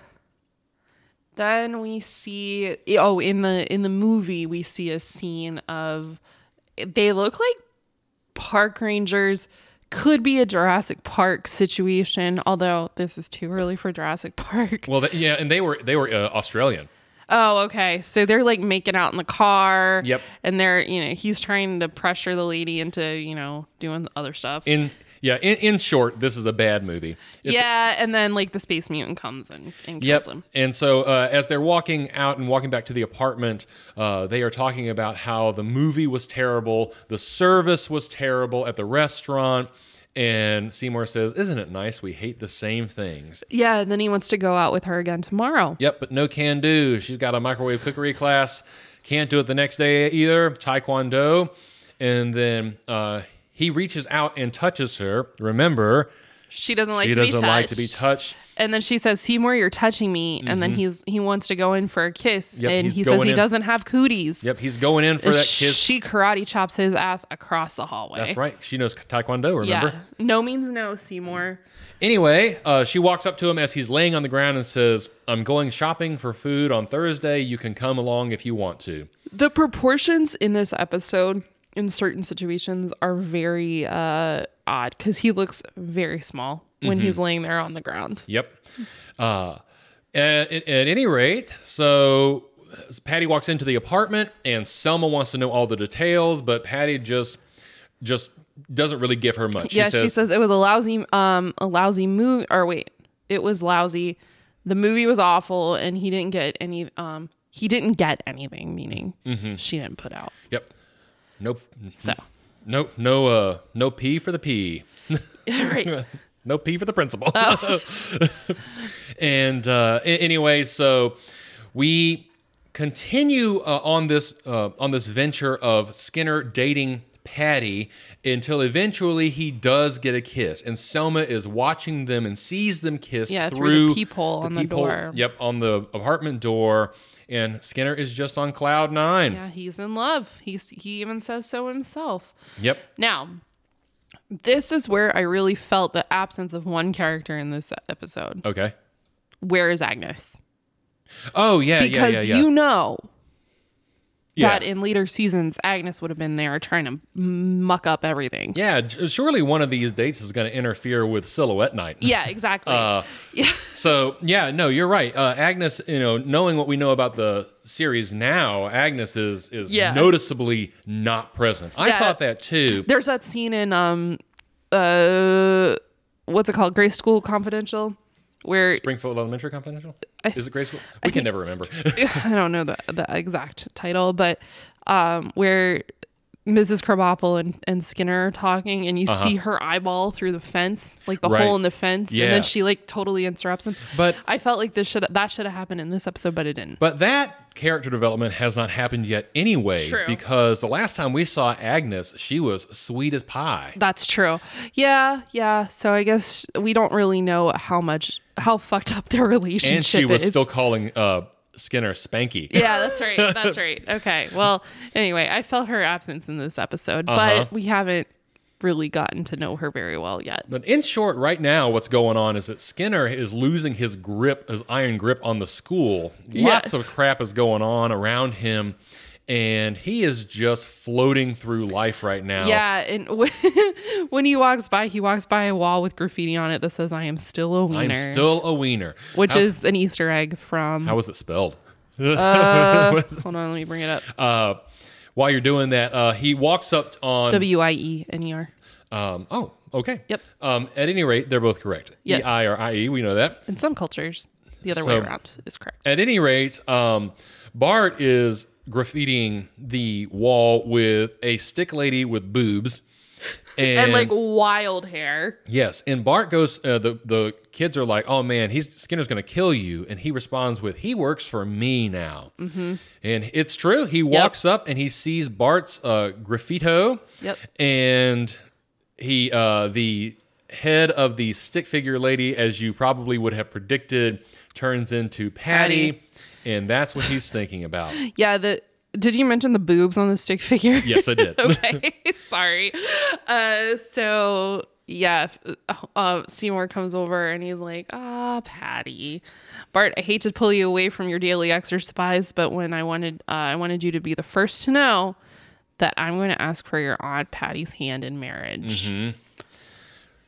[SPEAKER 2] then we see oh, in the in the movie we see a scene of they look like park rangers could be a Jurassic Park situation, although this is too early for Jurassic Park.
[SPEAKER 1] well, th- yeah, and they were they were uh, Australian.
[SPEAKER 2] Oh, okay. So they're like making out in the car.
[SPEAKER 1] Yep.
[SPEAKER 2] And they're, you know, he's trying to pressure the lady into, you know, doing other stuff.
[SPEAKER 1] In yeah, in, in short, this is a bad movie. It's
[SPEAKER 2] yeah, and then like the space mutant comes and, and kills him.
[SPEAKER 1] And so uh, as they're walking out and walking back to the apartment, uh, they are talking about how the movie was terrible, the service was terrible at the restaurant. And Seymour says, Isn't it nice? We hate the same things.
[SPEAKER 2] Yeah, and then he wants to go out with her again tomorrow.
[SPEAKER 1] Yep, but no can do. She's got a microwave cookery class. Can't do it the next day either. Taekwondo. And then uh, he reaches out and touches her. Remember,
[SPEAKER 2] she doesn't like
[SPEAKER 1] she
[SPEAKER 2] to
[SPEAKER 1] doesn't
[SPEAKER 2] be
[SPEAKER 1] like
[SPEAKER 2] touched.
[SPEAKER 1] to be touched. Mm-hmm.
[SPEAKER 2] And then she says, Seymour, you're touching me. And then he's he wants to go in for a kiss.
[SPEAKER 1] Yep,
[SPEAKER 2] and
[SPEAKER 1] he's
[SPEAKER 2] he says
[SPEAKER 1] going
[SPEAKER 2] he
[SPEAKER 1] in.
[SPEAKER 2] doesn't have cooties.
[SPEAKER 1] Yep, he's going in for
[SPEAKER 2] And
[SPEAKER 1] that
[SPEAKER 2] sh-
[SPEAKER 1] kiss.
[SPEAKER 2] She karate chops his ass across the hallway.
[SPEAKER 1] That's right. She knows taekwondo. Remember?
[SPEAKER 2] Yeah. No means no, Seymour.
[SPEAKER 1] Anyway, uh, she walks up to him as he's laying on the ground and says, "I'm going shopping for food on Thursday. You can come along if you want to."
[SPEAKER 2] The proportions in this episode in certain situations are very uh, odd because he looks very small
[SPEAKER 1] Mm-hmm.
[SPEAKER 2] when he's laying there on the ground.
[SPEAKER 1] Yep. Uh, at, at at any rate, so Patty walks into the apartment, and Selma wants to know all the details, but Patty just just doesn't really give her much.
[SPEAKER 2] yeah, she says it was a lousy, um, a lousy movie. Or wait, it was lousy. The movie was awful, and he didn't get any. Um, he didn't get anything. Meaning,
[SPEAKER 1] Mm-hmm.
[SPEAKER 2] she didn't put out.
[SPEAKER 1] "Yep, nope,
[SPEAKER 2] So
[SPEAKER 1] nope, no, uh, no P for the P."
[SPEAKER 2] right,
[SPEAKER 1] No P for the principal.
[SPEAKER 2] Oh.
[SPEAKER 1] and uh, a- anyway, so we continue uh, on this uh, on this venture of Skinner dating Patty until eventually he does get a kiss, and Selma is watching them and sees them kiss
[SPEAKER 2] Yeah,
[SPEAKER 1] through,
[SPEAKER 2] through the peephole on the door.
[SPEAKER 1] Yep, on the apartment door, and Skinner is just on cloud nine.
[SPEAKER 2] yeah, he's in love. He's he even says so himself.
[SPEAKER 1] Yep.
[SPEAKER 2] Now, this is where I really felt the absence of one character in this episode.
[SPEAKER 1] Okay.
[SPEAKER 2] Where is Agnes?
[SPEAKER 1] Oh yeah,
[SPEAKER 2] Because
[SPEAKER 1] yeah, yeah, yeah.
[SPEAKER 2] you know
[SPEAKER 1] yeah.
[SPEAKER 2] that in later seasons, Agnes would have been there trying to muck up everything.
[SPEAKER 1] yeah, j- surely one of these dates is going to interfere with Silhouette Night.
[SPEAKER 2] Yeah, exactly.
[SPEAKER 1] Uh,
[SPEAKER 2] yeah.
[SPEAKER 1] So yeah, no, you're right. Uh, Agnes, you know, knowing what we know about the series now, Agnes is is
[SPEAKER 2] Yeah.
[SPEAKER 1] noticeably not present. I
[SPEAKER 2] Yeah.
[SPEAKER 1] thought that too.
[SPEAKER 2] There's that scene in um uh what's it called? Grade School Confidential where
[SPEAKER 1] Springfield Elementary Confidential is it grade school? We can never remember.
[SPEAKER 2] I don't know the, the exact title, but um, where Mrs. Krabappel and, and Skinner are talking, and you see her eyeball through the fence, like the
[SPEAKER 1] Uh-huh. Right.
[SPEAKER 2] hole in the fence, and
[SPEAKER 1] Yeah.
[SPEAKER 2] then she like totally interrupts him.
[SPEAKER 1] But-
[SPEAKER 2] I felt like this should that should have happened in this episode, but it didn't.
[SPEAKER 1] but that character development has not happened yet anyway,
[SPEAKER 2] True.
[SPEAKER 1] because the last time we saw Agnes, she was sweet as pie.
[SPEAKER 2] That's true. Yeah, yeah. So I guess we don't really know how much how fucked up their relationship
[SPEAKER 1] And she was
[SPEAKER 2] is.
[SPEAKER 1] still calling uh, Skinner Spanky.
[SPEAKER 2] yeah, that's right. That's right. Okay. Well, anyway, I felt her absence in this episode,
[SPEAKER 1] Uh-huh.
[SPEAKER 2] but we haven't really gotten to know her very well yet.
[SPEAKER 1] But in short, right now, what's going on is that Skinner is losing his grip, his iron grip on the school. Lots
[SPEAKER 2] Yes.
[SPEAKER 1] of crap is going on around him, and he is just floating through life right now.
[SPEAKER 2] Yeah, and when he walks by, he walks by a wall with graffiti on it that says "I am still a wiener,"
[SPEAKER 1] I'm still a wiener.
[SPEAKER 2] which
[SPEAKER 1] How's-
[SPEAKER 2] is an Easter egg from. uh,
[SPEAKER 1] how was it spelled?
[SPEAKER 2] hold on, let me bring it up.
[SPEAKER 1] Uh, while you're doing that, uh, he walks up on.
[SPEAKER 2] W i e n e r.
[SPEAKER 1] um, oh, okay.
[SPEAKER 2] Yep.
[SPEAKER 1] Um, at any rate, they're both correct.
[SPEAKER 2] Yes.
[SPEAKER 1] E I or I E. We know that.
[SPEAKER 2] In some cultures, the other way
[SPEAKER 1] So-
[SPEAKER 2] around is correct.
[SPEAKER 1] At any rate, um, Bart is graffitiing the wall with a stick lady with boobs. And,
[SPEAKER 2] And, like wild hair.
[SPEAKER 1] yes, and Bart goes. Uh, the the kids are like, "Oh man, he's Skinner's gonna kill you," and he responds with, "He works for me now." Mm-hmm. And it's true. He walks up and he sees Bart's uh, graffito.
[SPEAKER 2] Yep.
[SPEAKER 1] And he uh, the head of the stick figure lady, as you probably would have predicted, turns into Patty,
[SPEAKER 2] Patty.
[SPEAKER 1] and that's what he's thinking about.
[SPEAKER 2] Yeah. The did you mention the boobs on the stick figure?
[SPEAKER 1] Yes, I did.
[SPEAKER 2] okay. Sorry. Uh, so yeah, if- uh, Seymour comes over and he's like, "Ah, Patty, Bart, I hate to pull you away from your daily exercise, but when I wanted, uh, I wanted you to be the first to know that I'm going to ask for your aunt Patty's hand in marriage."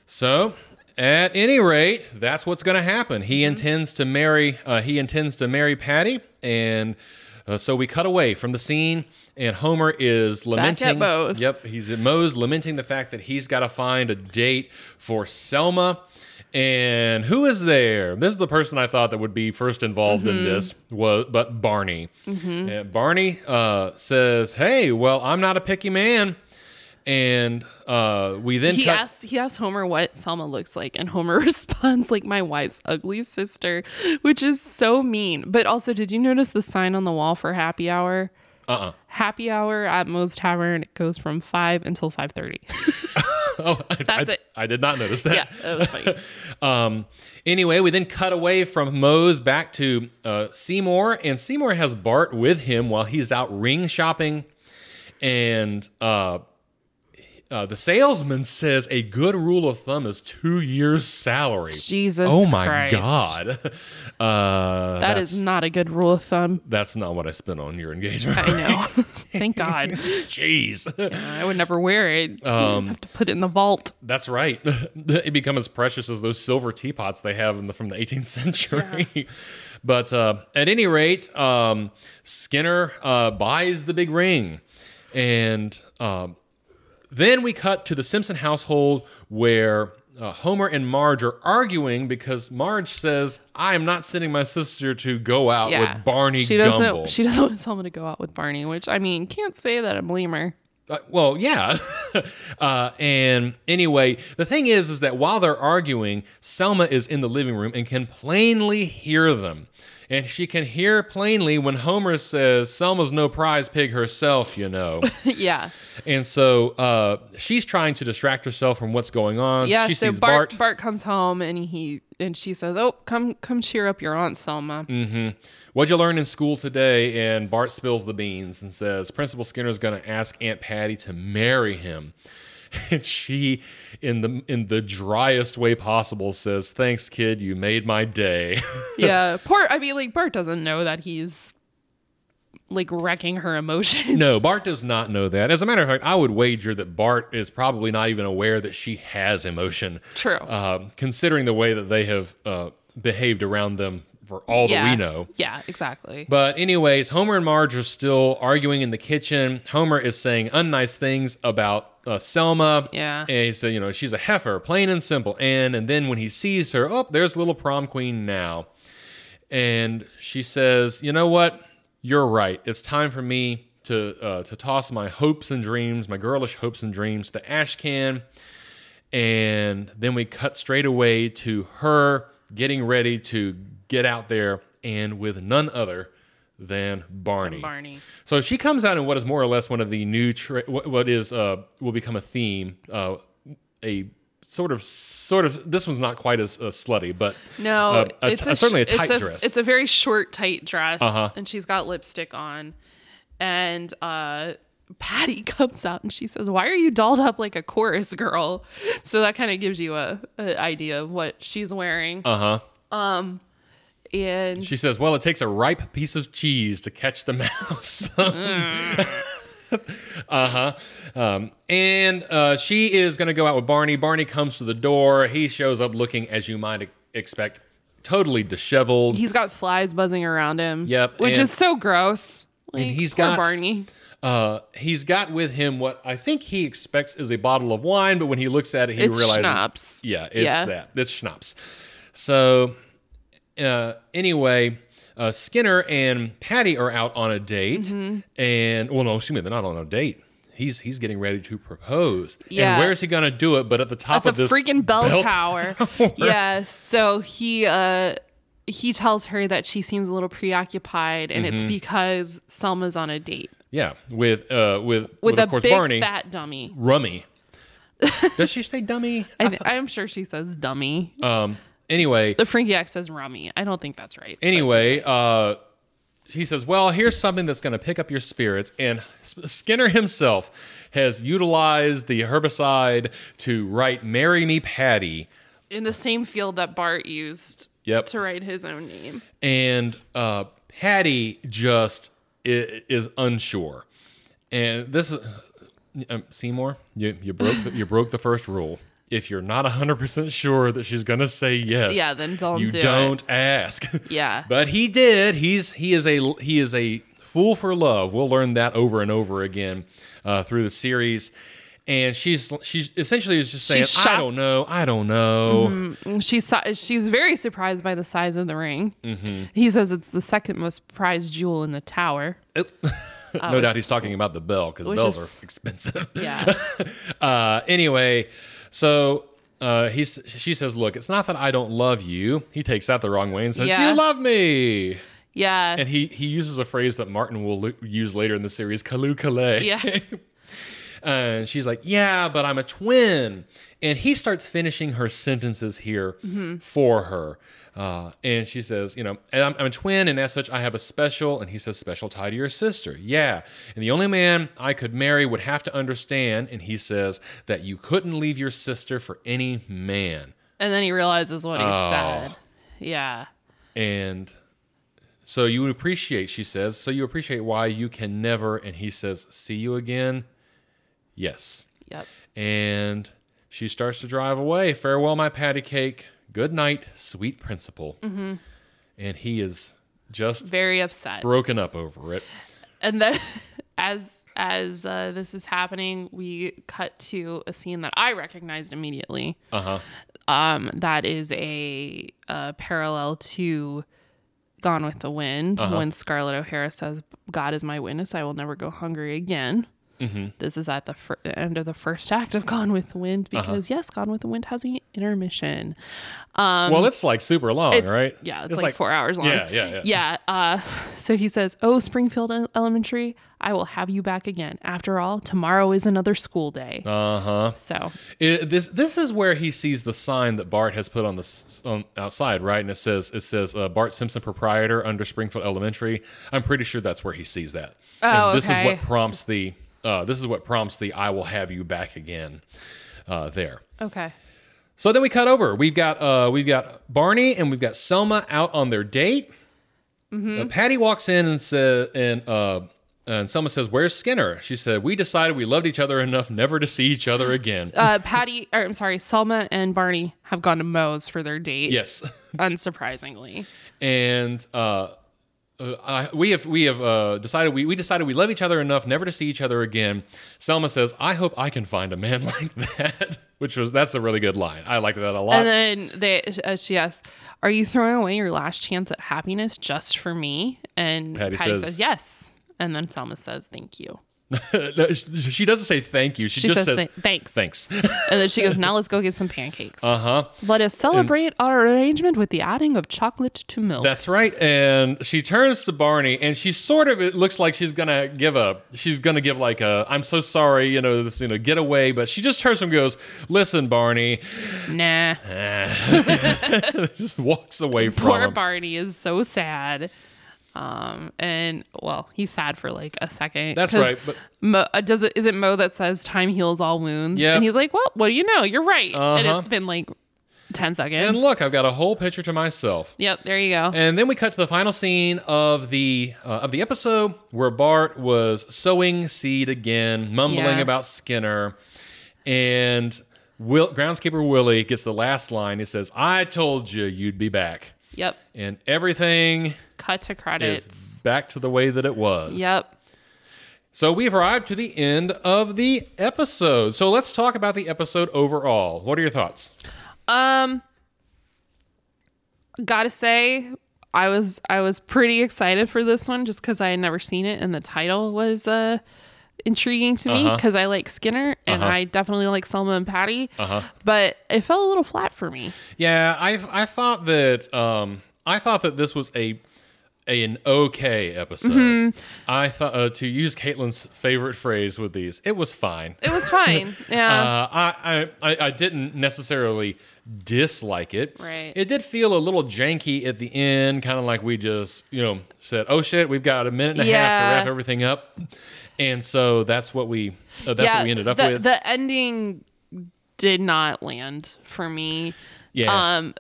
[SPEAKER 1] So, at any rate, that's what's going to happen.
[SPEAKER 2] Mm-hmm.
[SPEAKER 1] He intends to marry. Uh, he intends to marry Patty, and uh, so we cut away from the scene. And Homer is lamenting.
[SPEAKER 2] Moe's.
[SPEAKER 1] Yep, he's at Moe's lamenting the fact that he's got to find a date for Selma. And who is there? This is the person I thought that would be first involved
[SPEAKER 2] Mm-hmm.
[SPEAKER 1] in this was, but Barney. Uh, Barney uh, says, "Hey, well, I'm not a picky man." And uh, we then
[SPEAKER 2] He
[SPEAKER 1] cut.
[SPEAKER 2] asks he asks Homer what Selma looks like, and Homer responds like my wife's ugly sister, which is so mean. But also, did you notice the sign on the wall for happy hour?
[SPEAKER 1] uh-uh.
[SPEAKER 2] happy hour at Moe's Tavern goes from five until five thirty.
[SPEAKER 1] oh, I,
[SPEAKER 2] That's
[SPEAKER 1] I-
[SPEAKER 2] it.
[SPEAKER 1] I did not notice that.
[SPEAKER 2] Yeah, that was funny.
[SPEAKER 1] Um, anyway, we then cut away from Moe's back to uh, Seymour, and Seymour has Bart with him while he's out ring shopping. And uh, uh, the salesman says a good rule of thumb is two years' salary.
[SPEAKER 2] Jesus.
[SPEAKER 1] oh my
[SPEAKER 2] Christ.
[SPEAKER 1] God. Uh,
[SPEAKER 2] That
[SPEAKER 1] that's,
[SPEAKER 2] is not a good rule of thumb.
[SPEAKER 1] That's not what I spent on your engagement.
[SPEAKER 2] I know. Thank God.
[SPEAKER 1] Jeez.
[SPEAKER 2] I would never wear it. Um, have to put it in the vault.
[SPEAKER 1] That's right. it become as precious as those silver teapots they have in the, from the 18th century. but uh, at any rate, um, Skinner uh, buys the big ring, and um, then we cut to the Simpson household where. Uh, Homer and Marge are arguing because Marge says, "I am not sending my sister to go out
[SPEAKER 2] Yeah.
[SPEAKER 1] with Barney
[SPEAKER 2] She doesn't.
[SPEAKER 1] Gumble."
[SPEAKER 2] She doesn't want someone to go out with Barney, which I mean, can't say that I blame her.
[SPEAKER 1] Uh, well, yeah. uh, and anyway, the thing is, is that while they're arguing, Selma is in the living room and can plainly hear them. And she can hear plainly when Homer says, Selma's no prize pig herself, you know.
[SPEAKER 2] yeah.
[SPEAKER 1] and so uh, she's trying to distract herself from what's going on.
[SPEAKER 2] Yeah.
[SPEAKER 1] she
[SPEAKER 2] so
[SPEAKER 1] sees
[SPEAKER 2] Bart,
[SPEAKER 1] Bart.
[SPEAKER 2] Bart comes home and he and she says, "Oh, come come cheer up your aunt Selma."
[SPEAKER 1] Mm. What'd you learn in school today? And Bart spills the beans and says, Principal Skinner's going to ask Aunt Patty to marry him. And she, in the in the driest way possible, says, "Thanks, kid. You made my day."
[SPEAKER 2] yeah. Poor. I mean, like Bart doesn't know that he's like wrecking her emotions.
[SPEAKER 1] no, Bart does not know that. As a matter of fact, I would wager that Bart is probably not even aware that she has emotion.
[SPEAKER 2] True.
[SPEAKER 1] Um, considering the way that they have uh, behaved around them for all
[SPEAKER 2] yeah.
[SPEAKER 1] that we know.
[SPEAKER 2] Yeah. Exactly.
[SPEAKER 1] But anyways, Homer and Marge are still arguing in the kitchen. Homer is saying unnice things about uh, Selma.
[SPEAKER 2] Yeah.
[SPEAKER 1] And he said, you know, she's a heifer, plain and simple. And and then when he sees her, oh, there's little prom queen now. And she says, you know what? You're right. It's time for me to uh, to toss my hopes and dreams, my girlish hopes and dreams, to ash can. And then we cut straight away to her getting ready to get out there and with none other than Barney.
[SPEAKER 2] Barney.
[SPEAKER 1] So she comes out in what is more or less one of the new, tra- what, what is uh, will become a theme, uh, a sort of, sort of. This one's not quite as uh, slutty, but
[SPEAKER 2] No,
[SPEAKER 1] uh, a-
[SPEAKER 2] it's
[SPEAKER 1] a- certainly a
[SPEAKER 2] sh- it's
[SPEAKER 1] tight dress. Uh-huh.
[SPEAKER 2] It's a very short, tight dress, and she's got lipstick on. And uh, Patty comes out and she says, "Why are you dolled up like a chorus girl?" So that kind of gives you a, a idea of what she's wearing. Um,
[SPEAKER 1] uh huh.
[SPEAKER 2] and
[SPEAKER 1] She says, "Well, it takes a ripe piece of cheese to catch the mouse."
[SPEAKER 2] Mm.
[SPEAKER 1] uh huh. Um, and uh, she is going to go out with Barney. Barney comes to the door. He shows up looking, as you might e- expect, totally disheveled.
[SPEAKER 2] he's got flies buzzing around him.
[SPEAKER 1] Yep,
[SPEAKER 2] which
[SPEAKER 1] and-
[SPEAKER 2] is so gross. Like,
[SPEAKER 1] and he's
[SPEAKER 2] poor
[SPEAKER 1] got-
[SPEAKER 2] Barney.
[SPEAKER 1] Uh, he's got with him what I think he expects is a bottle of wine, but when he looks at it, he
[SPEAKER 2] It's
[SPEAKER 1] realizes
[SPEAKER 2] schnapps.
[SPEAKER 1] Yeah, it's
[SPEAKER 2] Yeah.
[SPEAKER 1] that. It's schnapps. So uh, anyway, uh, Skinner and Patty are out on a date,
[SPEAKER 2] Mm-hmm.
[SPEAKER 1] and well, no, excuse me, they're not on a date. He's he's getting ready to propose.
[SPEAKER 2] Yeah.
[SPEAKER 1] And where's he gonna do it? But at the top
[SPEAKER 2] the
[SPEAKER 1] of this
[SPEAKER 2] freaking bell,
[SPEAKER 1] bell
[SPEAKER 2] tower. yeah. So he uh he tells her that she seems a little preoccupied, and
[SPEAKER 1] Mm-hmm.
[SPEAKER 2] it's because Selma's on a date
[SPEAKER 1] yeah, with uh, with with,
[SPEAKER 2] with, a
[SPEAKER 1] of course
[SPEAKER 2] big
[SPEAKER 1] Barney,
[SPEAKER 2] fat dummy.
[SPEAKER 1] Rummy. Does she say dummy?
[SPEAKER 2] I th- I'm sure she says dummy.
[SPEAKER 1] Um. Anyway,
[SPEAKER 2] the Frankie X says rummy. I don't think that's right.
[SPEAKER 1] Anyway, uh, he says, "Well, here's something that's going to pick up your spirits." And S- Skinner himself has utilized the herbicide to write "Marry Me, Patty."
[SPEAKER 2] In the same field that Bart used
[SPEAKER 1] Yep.
[SPEAKER 2] to write his own name.
[SPEAKER 1] and uh, Patty just is, is unsure. And this is um, Seymour. You you broke the, you broke the first rule. If you're not 100% sure that she's going to say yes,
[SPEAKER 2] Yeah, then don't
[SPEAKER 1] you
[SPEAKER 2] do it.
[SPEAKER 1] don't ask.
[SPEAKER 2] Yeah.
[SPEAKER 1] But he did. He's he is a he is a fool for love. We'll learn that over and over again uh, through the series. And she's she's essentially is just saying,
[SPEAKER 2] She's
[SPEAKER 1] I
[SPEAKER 2] shocked. Mm-hmm.
[SPEAKER 1] don't know, I don't know.
[SPEAKER 2] And She's su- she's very surprised by the size of the ring.
[SPEAKER 1] Mm-hmm.
[SPEAKER 2] He says it's the second most prized jewel in the tower.
[SPEAKER 1] no doubt he's talking about the bell because
[SPEAKER 2] which
[SPEAKER 1] bells
[SPEAKER 2] is-
[SPEAKER 1] are expensive.
[SPEAKER 2] Yeah.
[SPEAKER 1] uh, anyway, so uh, he's, she says, "Look, it's not that I don't love you." He takes that the wrong way and says,
[SPEAKER 2] Yeah.
[SPEAKER 1] "You love me,"
[SPEAKER 2] Yeah.
[SPEAKER 1] and he he uses a phrase that Martin will lu- use later in the series, "Kalu Kale."
[SPEAKER 2] Yeah.
[SPEAKER 1] And she's like, Yeah, but I'm a twin. And he starts finishing her sentences here for her. Uh, and she says, You know, and I'm, I'm a twin, and as such, I have a special. And he says, Special tie to your sister. Yeah. And the only man I could marry would have to understand. And he says, That you couldn't leave your sister for any man.
[SPEAKER 2] And then he realizes what he
[SPEAKER 1] Oh.
[SPEAKER 2] said. Yeah.
[SPEAKER 1] And so you appreciate, she says, so you appreciate why you can never, and he says, see you again. Yes.
[SPEAKER 2] Yep.
[SPEAKER 1] And she starts to drive away. Farewell, my patty cake. Good night, sweet principal.
[SPEAKER 2] Mm-hmm.
[SPEAKER 1] And he is just
[SPEAKER 2] Very upset.
[SPEAKER 1] broken up over it.
[SPEAKER 2] and then as as uh, this is happening, we cut to a scene that I recognized immediately.
[SPEAKER 1] Uh huh.
[SPEAKER 2] Um, that is a, uh parallel to Gone with the Wind
[SPEAKER 1] Uh-huh.
[SPEAKER 2] when Scarlett O'Hara says, "God is my witness, I will never go hungry again."
[SPEAKER 1] Mm-hmm.
[SPEAKER 2] This is at the fir- end of the first act of Gone with the Wind
[SPEAKER 1] Uh-huh.
[SPEAKER 2] because yes, Gone with the Wind has an intermission.
[SPEAKER 1] well, it's like super long,
[SPEAKER 2] um, It's,
[SPEAKER 1] right?
[SPEAKER 2] Yeah, it's, like, four hours long.
[SPEAKER 1] Yeah, yeah, yeah.
[SPEAKER 2] Yeah. Uh, so he says, "Oh, Springfield Ele- Elementary, I will have you back again. After all, tomorrow is another school day."
[SPEAKER 1] Uh huh.
[SPEAKER 2] so
[SPEAKER 1] It, this this is where he sees the sign that Bart has put on the s- on outside, right? And it says it says uh, Bart Simpson, proprietor under Springfield Elementary. I'm pretty sure that's where he sees that.
[SPEAKER 2] Oh,
[SPEAKER 1] and this is
[SPEAKER 2] okay.
[SPEAKER 1] what prompts the uh, this is what prompts the I will have you back again uh, there.
[SPEAKER 2] okay,
[SPEAKER 1] So then we cut over. We've got uh, we've got Barney and we've got Selma out on their date.
[SPEAKER 2] Mm-hmm.
[SPEAKER 1] Uh, Patty walks in and says, and uh, and Selma says, "Where's Skinner?" She said, "We decided we loved each other enough never to see each other again."
[SPEAKER 2] uh, Patty, or I'm sorry, Selma and Barney have gone to Moe's for their date.
[SPEAKER 1] yes.
[SPEAKER 2] unsurprisingly.
[SPEAKER 1] and uh, uh, I, we have we have uh, decided we, we decided we love each other enough never to see each other again. Selma says, "I hope I can find a man like that," which was that's a really good line. I like that a lot.
[SPEAKER 2] And then they, uh, she asks, "Are you throwing away your last chance at happiness just for me?" And
[SPEAKER 1] Patty
[SPEAKER 2] Patty,
[SPEAKER 1] says-
[SPEAKER 2] says, "Yes." And then Selma says, "Thank you."
[SPEAKER 1] No, she she doesn't say thank you. She,
[SPEAKER 2] She
[SPEAKER 1] just
[SPEAKER 2] says,
[SPEAKER 1] says,
[SPEAKER 2] "Th- "Thanks."
[SPEAKER 1] thanks.
[SPEAKER 2] And then she goes, "Now let's go get some pancakes."
[SPEAKER 1] Uh huh.
[SPEAKER 2] Let us celebrate our arrangement with the adding of chocolate to milk.
[SPEAKER 1] That's right. And she turns to Barney, and she sort of it looks like she's gonna give a she's gonna give like a I'm so sorry, you know this you know get away. But she just turns to him and goes, "Listen, Barney,"
[SPEAKER 2] nah.
[SPEAKER 1] Eh, just walks away from
[SPEAKER 2] Poor
[SPEAKER 1] him.
[SPEAKER 2] Barney is so sad. Um, and well, he's sad for like a second.
[SPEAKER 1] That's
[SPEAKER 2] 'cause
[SPEAKER 1] right, but-
[SPEAKER 2] Mo, uh, does it? Is it Mo that says time heals all wounds?
[SPEAKER 1] Yeah.
[SPEAKER 2] And he's like, well, what do you know? You're right. And
[SPEAKER 1] Uh-huh.
[SPEAKER 2] it's been like ten seconds.
[SPEAKER 1] And look, I've got a whole picture to myself.
[SPEAKER 2] Yep. There you go.
[SPEAKER 1] And then we cut to the final scene of the uh, of the episode where Bart was sowing seed again, mumbling
[SPEAKER 2] Yeah.
[SPEAKER 1] about Skinner, and Will, groundskeeper Willie gets the last line. He says, "I told you you'd be back,"
[SPEAKER 2] yep.
[SPEAKER 1] and everything
[SPEAKER 2] Cut to
[SPEAKER 1] is
[SPEAKER 2] credits.
[SPEAKER 1] back to the way that it was.
[SPEAKER 2] Yep.
[SPEAKER 1] So we've arrived to the end of the episode. So let's talk about the episode overall. What are your thoughts?
[SPEAKER 2] Um, gotta say, I was I was pretty excited for this one just because I had never seen it, and the title was uh intriguing to
[SPEAKER 1] Uh-huh.
[SPEAKER 2] me because I like Skinner and I definitely like Selma and Patty,
[SPEAKER 1] Uh-huh.
[SPEAKER 2] but it fell a little flat for me.
[SPEAKER 1] Yeah, I I thought that um I thought that this was a, a- an okay episode. I thought uh, to use Caitlin's favorite phrase with these, it was fine.
[SPEAKER 2] It was fine, yeah.
[SPEAKER 1] Uh, I, I I- I didn't necessarily dislike it.
[SPEAKER 2] Right.
[SPEAKER 1] It did feel a little janky at the end, kind of like we just you know said, oh shit, we've got a minute and a half to
[SPEAKER 2] Yeah.
[SPEAKER 1] wrap everything up, and so that's what we uh, that's
[SPEAKER 2] yeah,
[SPEAKER 1] what we ended up
[SPEAKER 2] the,
[SPEAKER 1] with.
[SPEAKER 2] the ending did not land for me.
[SPEAKER 1] yeah.
[SPEAKER 2] Um,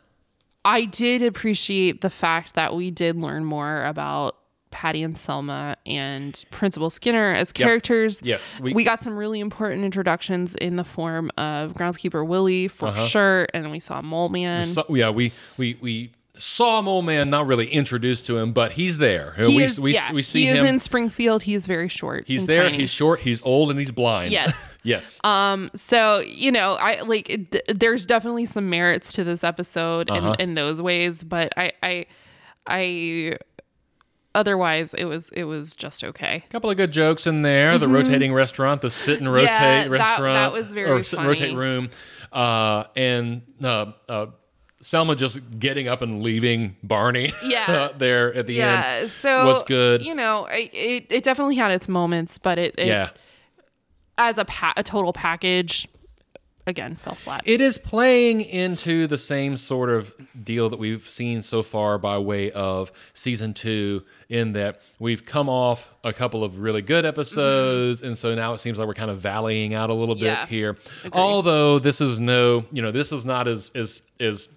[SPEAKER 2] I did appreciate the fact that we did learn more about Patty and Selma and Principal Skinner as characters.
[SPEAKER 1] Yes, we-
[SPEAKER 2] we, got some really important introductions in the form of groundskeeper Willie for sure, and then we saw Mole Man.
[SPEAKER 1] So, yeah, Uh-huh. we we we saw Mole Man, not really introduced to him, but he's there.
[SPEAKER 2] he
[SPEAKER 1] we,
[SPEAKER 2] is,
[SPEAKER 1] we,
[SPEAKER 2] yeah,
[SPEAKER 1] we see
[SPEAKER 2] he
[SPEAKER 1] him.
[SPEAKER 2] is in Springfield. He is very short.
[SPEAKER 1] he's
[SPEAKER 2] and
[SPEAKER 1] there.
[SPEAKER 2] tiny.
[SPEAKER 1] He's short. He's old, and he's blind.
[SPEAKER 2] Yes.
[SPEAKER 1] yes.
[SPEAKER 2] so you know i like it, th- there's definitely some merits to this episode
[SPEAKER 1] Uh-huh.
[SPEAKER 2] in, in those ways but i i i otherwise it was it was just okay
[SPEAKER 1] a couple of good jokes in there. The rotating restaurant, the sit and rotate
[SPEAKER 2] Mm-hmm. Yeah, that-
[SPEAKER 1] restaurant,
[SPEAKER 2] that was very
[SPEAKER 1] or sit and rotate
[SPEAKER 2] funny.
[SPEAKER 1] room, uh, and uh, uh, Selma just getting up and leaving Barney.
[SPEAKER 2] Yeah.
[SPEAKER 1] there at the
[SPEAKER 2] yeah
[SPEAKER 1] end
[SPEAKER 2] so
[SPEAKER 1] was good.
[SPEAKER 2] you know I, it, it definitely had its moments but it, it
[SPEAKER 1] yeah,
[SPEAKER 2] as a pa- a total package, again fell flat.
[SPEAKER 1] It is playing into the same sort of deal that we've seen so far by way of season two, in that we've come off a couple of really good episodes, and so now it seems like we're kind of valleying out a little
[SPEAKER 2] Yeah.
[SPEAKER 1] bit here. Although this is no, you know, this is not as as as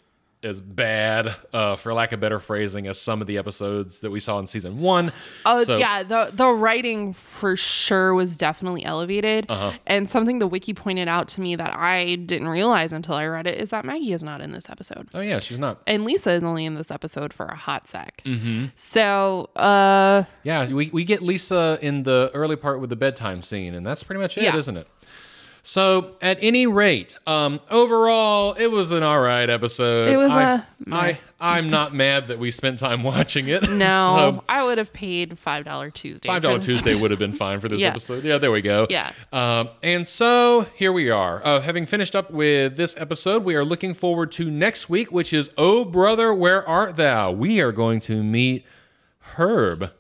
[SPEAKER 1] as bad, uh, for lack of better phrasing, as some of the episodes that we saw in season one.
[SPEAKER 2] Oh
[SPEAKER 1] So-
[SPEAKER 2] yeah, the the writing for sure was definitely elevated.
[SPEAKER 1] Uh-huh.
[SPEAKER 2] And something the wiki pointed out to me that I didn't realize until I read it is that Maggie is not in this episode.
[SPEAKER 1] Oh yeah, she's not.
[SPEAKER 2] And Lisa is only in this episode for a hot sec.
[SPEAKER 1] Mm-hmm.
[SPEAKER 2] So, uh,
[SPEAKER 1] Yeah, we, we get Lisa in the early part with the bedtime scene, and that's pretty much it,
[SPEAKER 2] Yeah.
[SPEAKER 1] not it? So, at any rate, um, overall, it was an all right episode.
[SPEAKER 2] It was
[SPEAKER 1] I,
[SPEAKER 2] a-
[SPEAKER 1] I, I'm not mad that we spent time watching it.
[SPEAKER 2] no,
[SPEAKER 1] So,
[SPEAKER 2] I would have paid five dollar Tuesday. for
[SPEAKER 1] Five Dollar
[SPEAKER 2] this
[SPEAKER 1] Tuesday
[SPEAKER 2] episode.
[SPEAKER 1] would have been fine for this
[SPEAKER 2] Yeah.
[SPEAKER 1] episode. Yeah, there we go.
[SPEAKER 2] Yeah.
[SPEAKER 1] Um, and so here we are. Uh, having finished up with this episode, we are looking forward to next week, which is Oh Brother, Where Art Thou? We are going to meet Herb.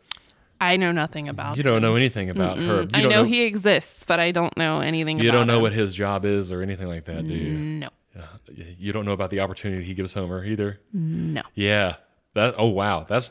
[SPEAKER 2] I know nothing about.
[SPEAKER 1] You don't know anything about Herb. You
[SPEAKER 2] I know,
[SPEAKER 1] don't
[SPEAKER 2] he exists, but I don't know anything.
[SPEAKER 1] You
[SPEAKER 2] about
[SPEAKER 1] don't know
[SPEAKER 2] him.
[SPEAKER 1] what his job is or anything like that, do you?
[SPEAKER 2] No,
[SPEAKER 1] You don't know about the opportunity he gives Homer either.
[SPEAKER 2] no.
[SPEAKER 1] Yeah. That. Oh wow. That's.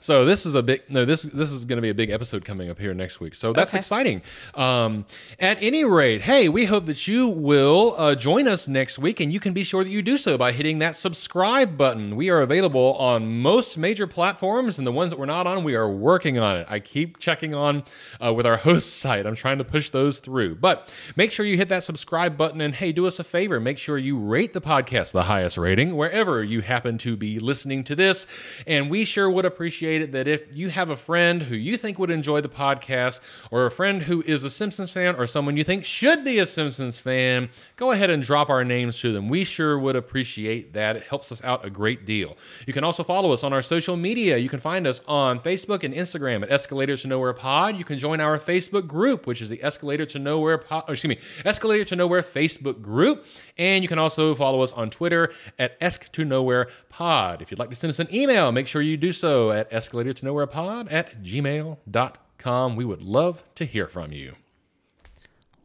[SPEAKER 1] So this is a big no. This this is going to be a big episode coming up here next week. So that's
[SPEAKER 2] Okay.
[SPEAKER 1] exciting. Um, at any rate, hey, we hope that you will uh, join us next week, and you can be sure that you do so by hitting that subscribe button. We are available on most major platforms, and the ones that we're not on, we are working on it. I keep checking on uh, with our host site. I'm trying to push those through, but make sure you hit that subscribe button. And hey, do us a favor. Make sure you rate the podcast the highest rating wherever you happen to be listening to this. And we sure would appreciate it that if you have a friend who you think would enjoy the podcast, or a friend who is a Simpsons fan, or someone you think should be a Simpsons fan, go ahead and drop our names to them. We sure would appreciate that. It helps us out a great deal. You can also follow us on our social media. You can find us on Facebook and Instagram at Escalators to Nowhere Pod. You can join our Facebook group, which is the Escalator to Nowhere Pod, or excuse me, Escalator to Nowhere Facebook group. And you can also follow us on Twitter at Esc to Nowhere Pod. If you'd like to send us an email, make sure you do so at Escalator to Nowhere Pod at gmail.com. We would love to hear from you.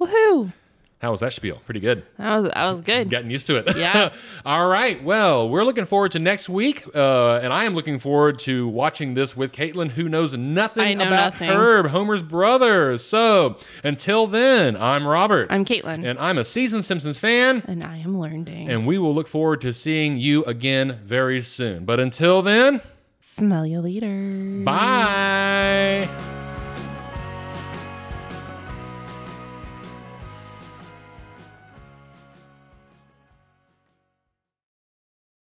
[SPEAKER 2] Woohoo!
[SPEAKER 1] How was that spiel? Pretty good.
[SPEAKER 2] That was that was good.
[SPEAKER 1] Getting used to it.
[SPEAKER 2] Yeah.
[SPEAKER 1] All right. Well, we're looking forward to next week, uh, and I am looking forward to watching this with Caitlin, who knows nothing
[SPEAKER 2] I know
[SPEAKER 1] about
[SPEAKER 2] nothing.
[SPEAKER 1] Herb, Homer's brother. So until then, I'm Robert,
[SPEAKER 2] I'm Caitlin,
[SPEAKER 1] and I'm a seasoned Simpsons fan,
[SPEAKER 2] and I am learning.
[SPEAKER 1] and we will look forward to seeing you again very soon. But until then,
[SPEAKER 2] Mm. Smell you later.
[SPEAKER 1] bye.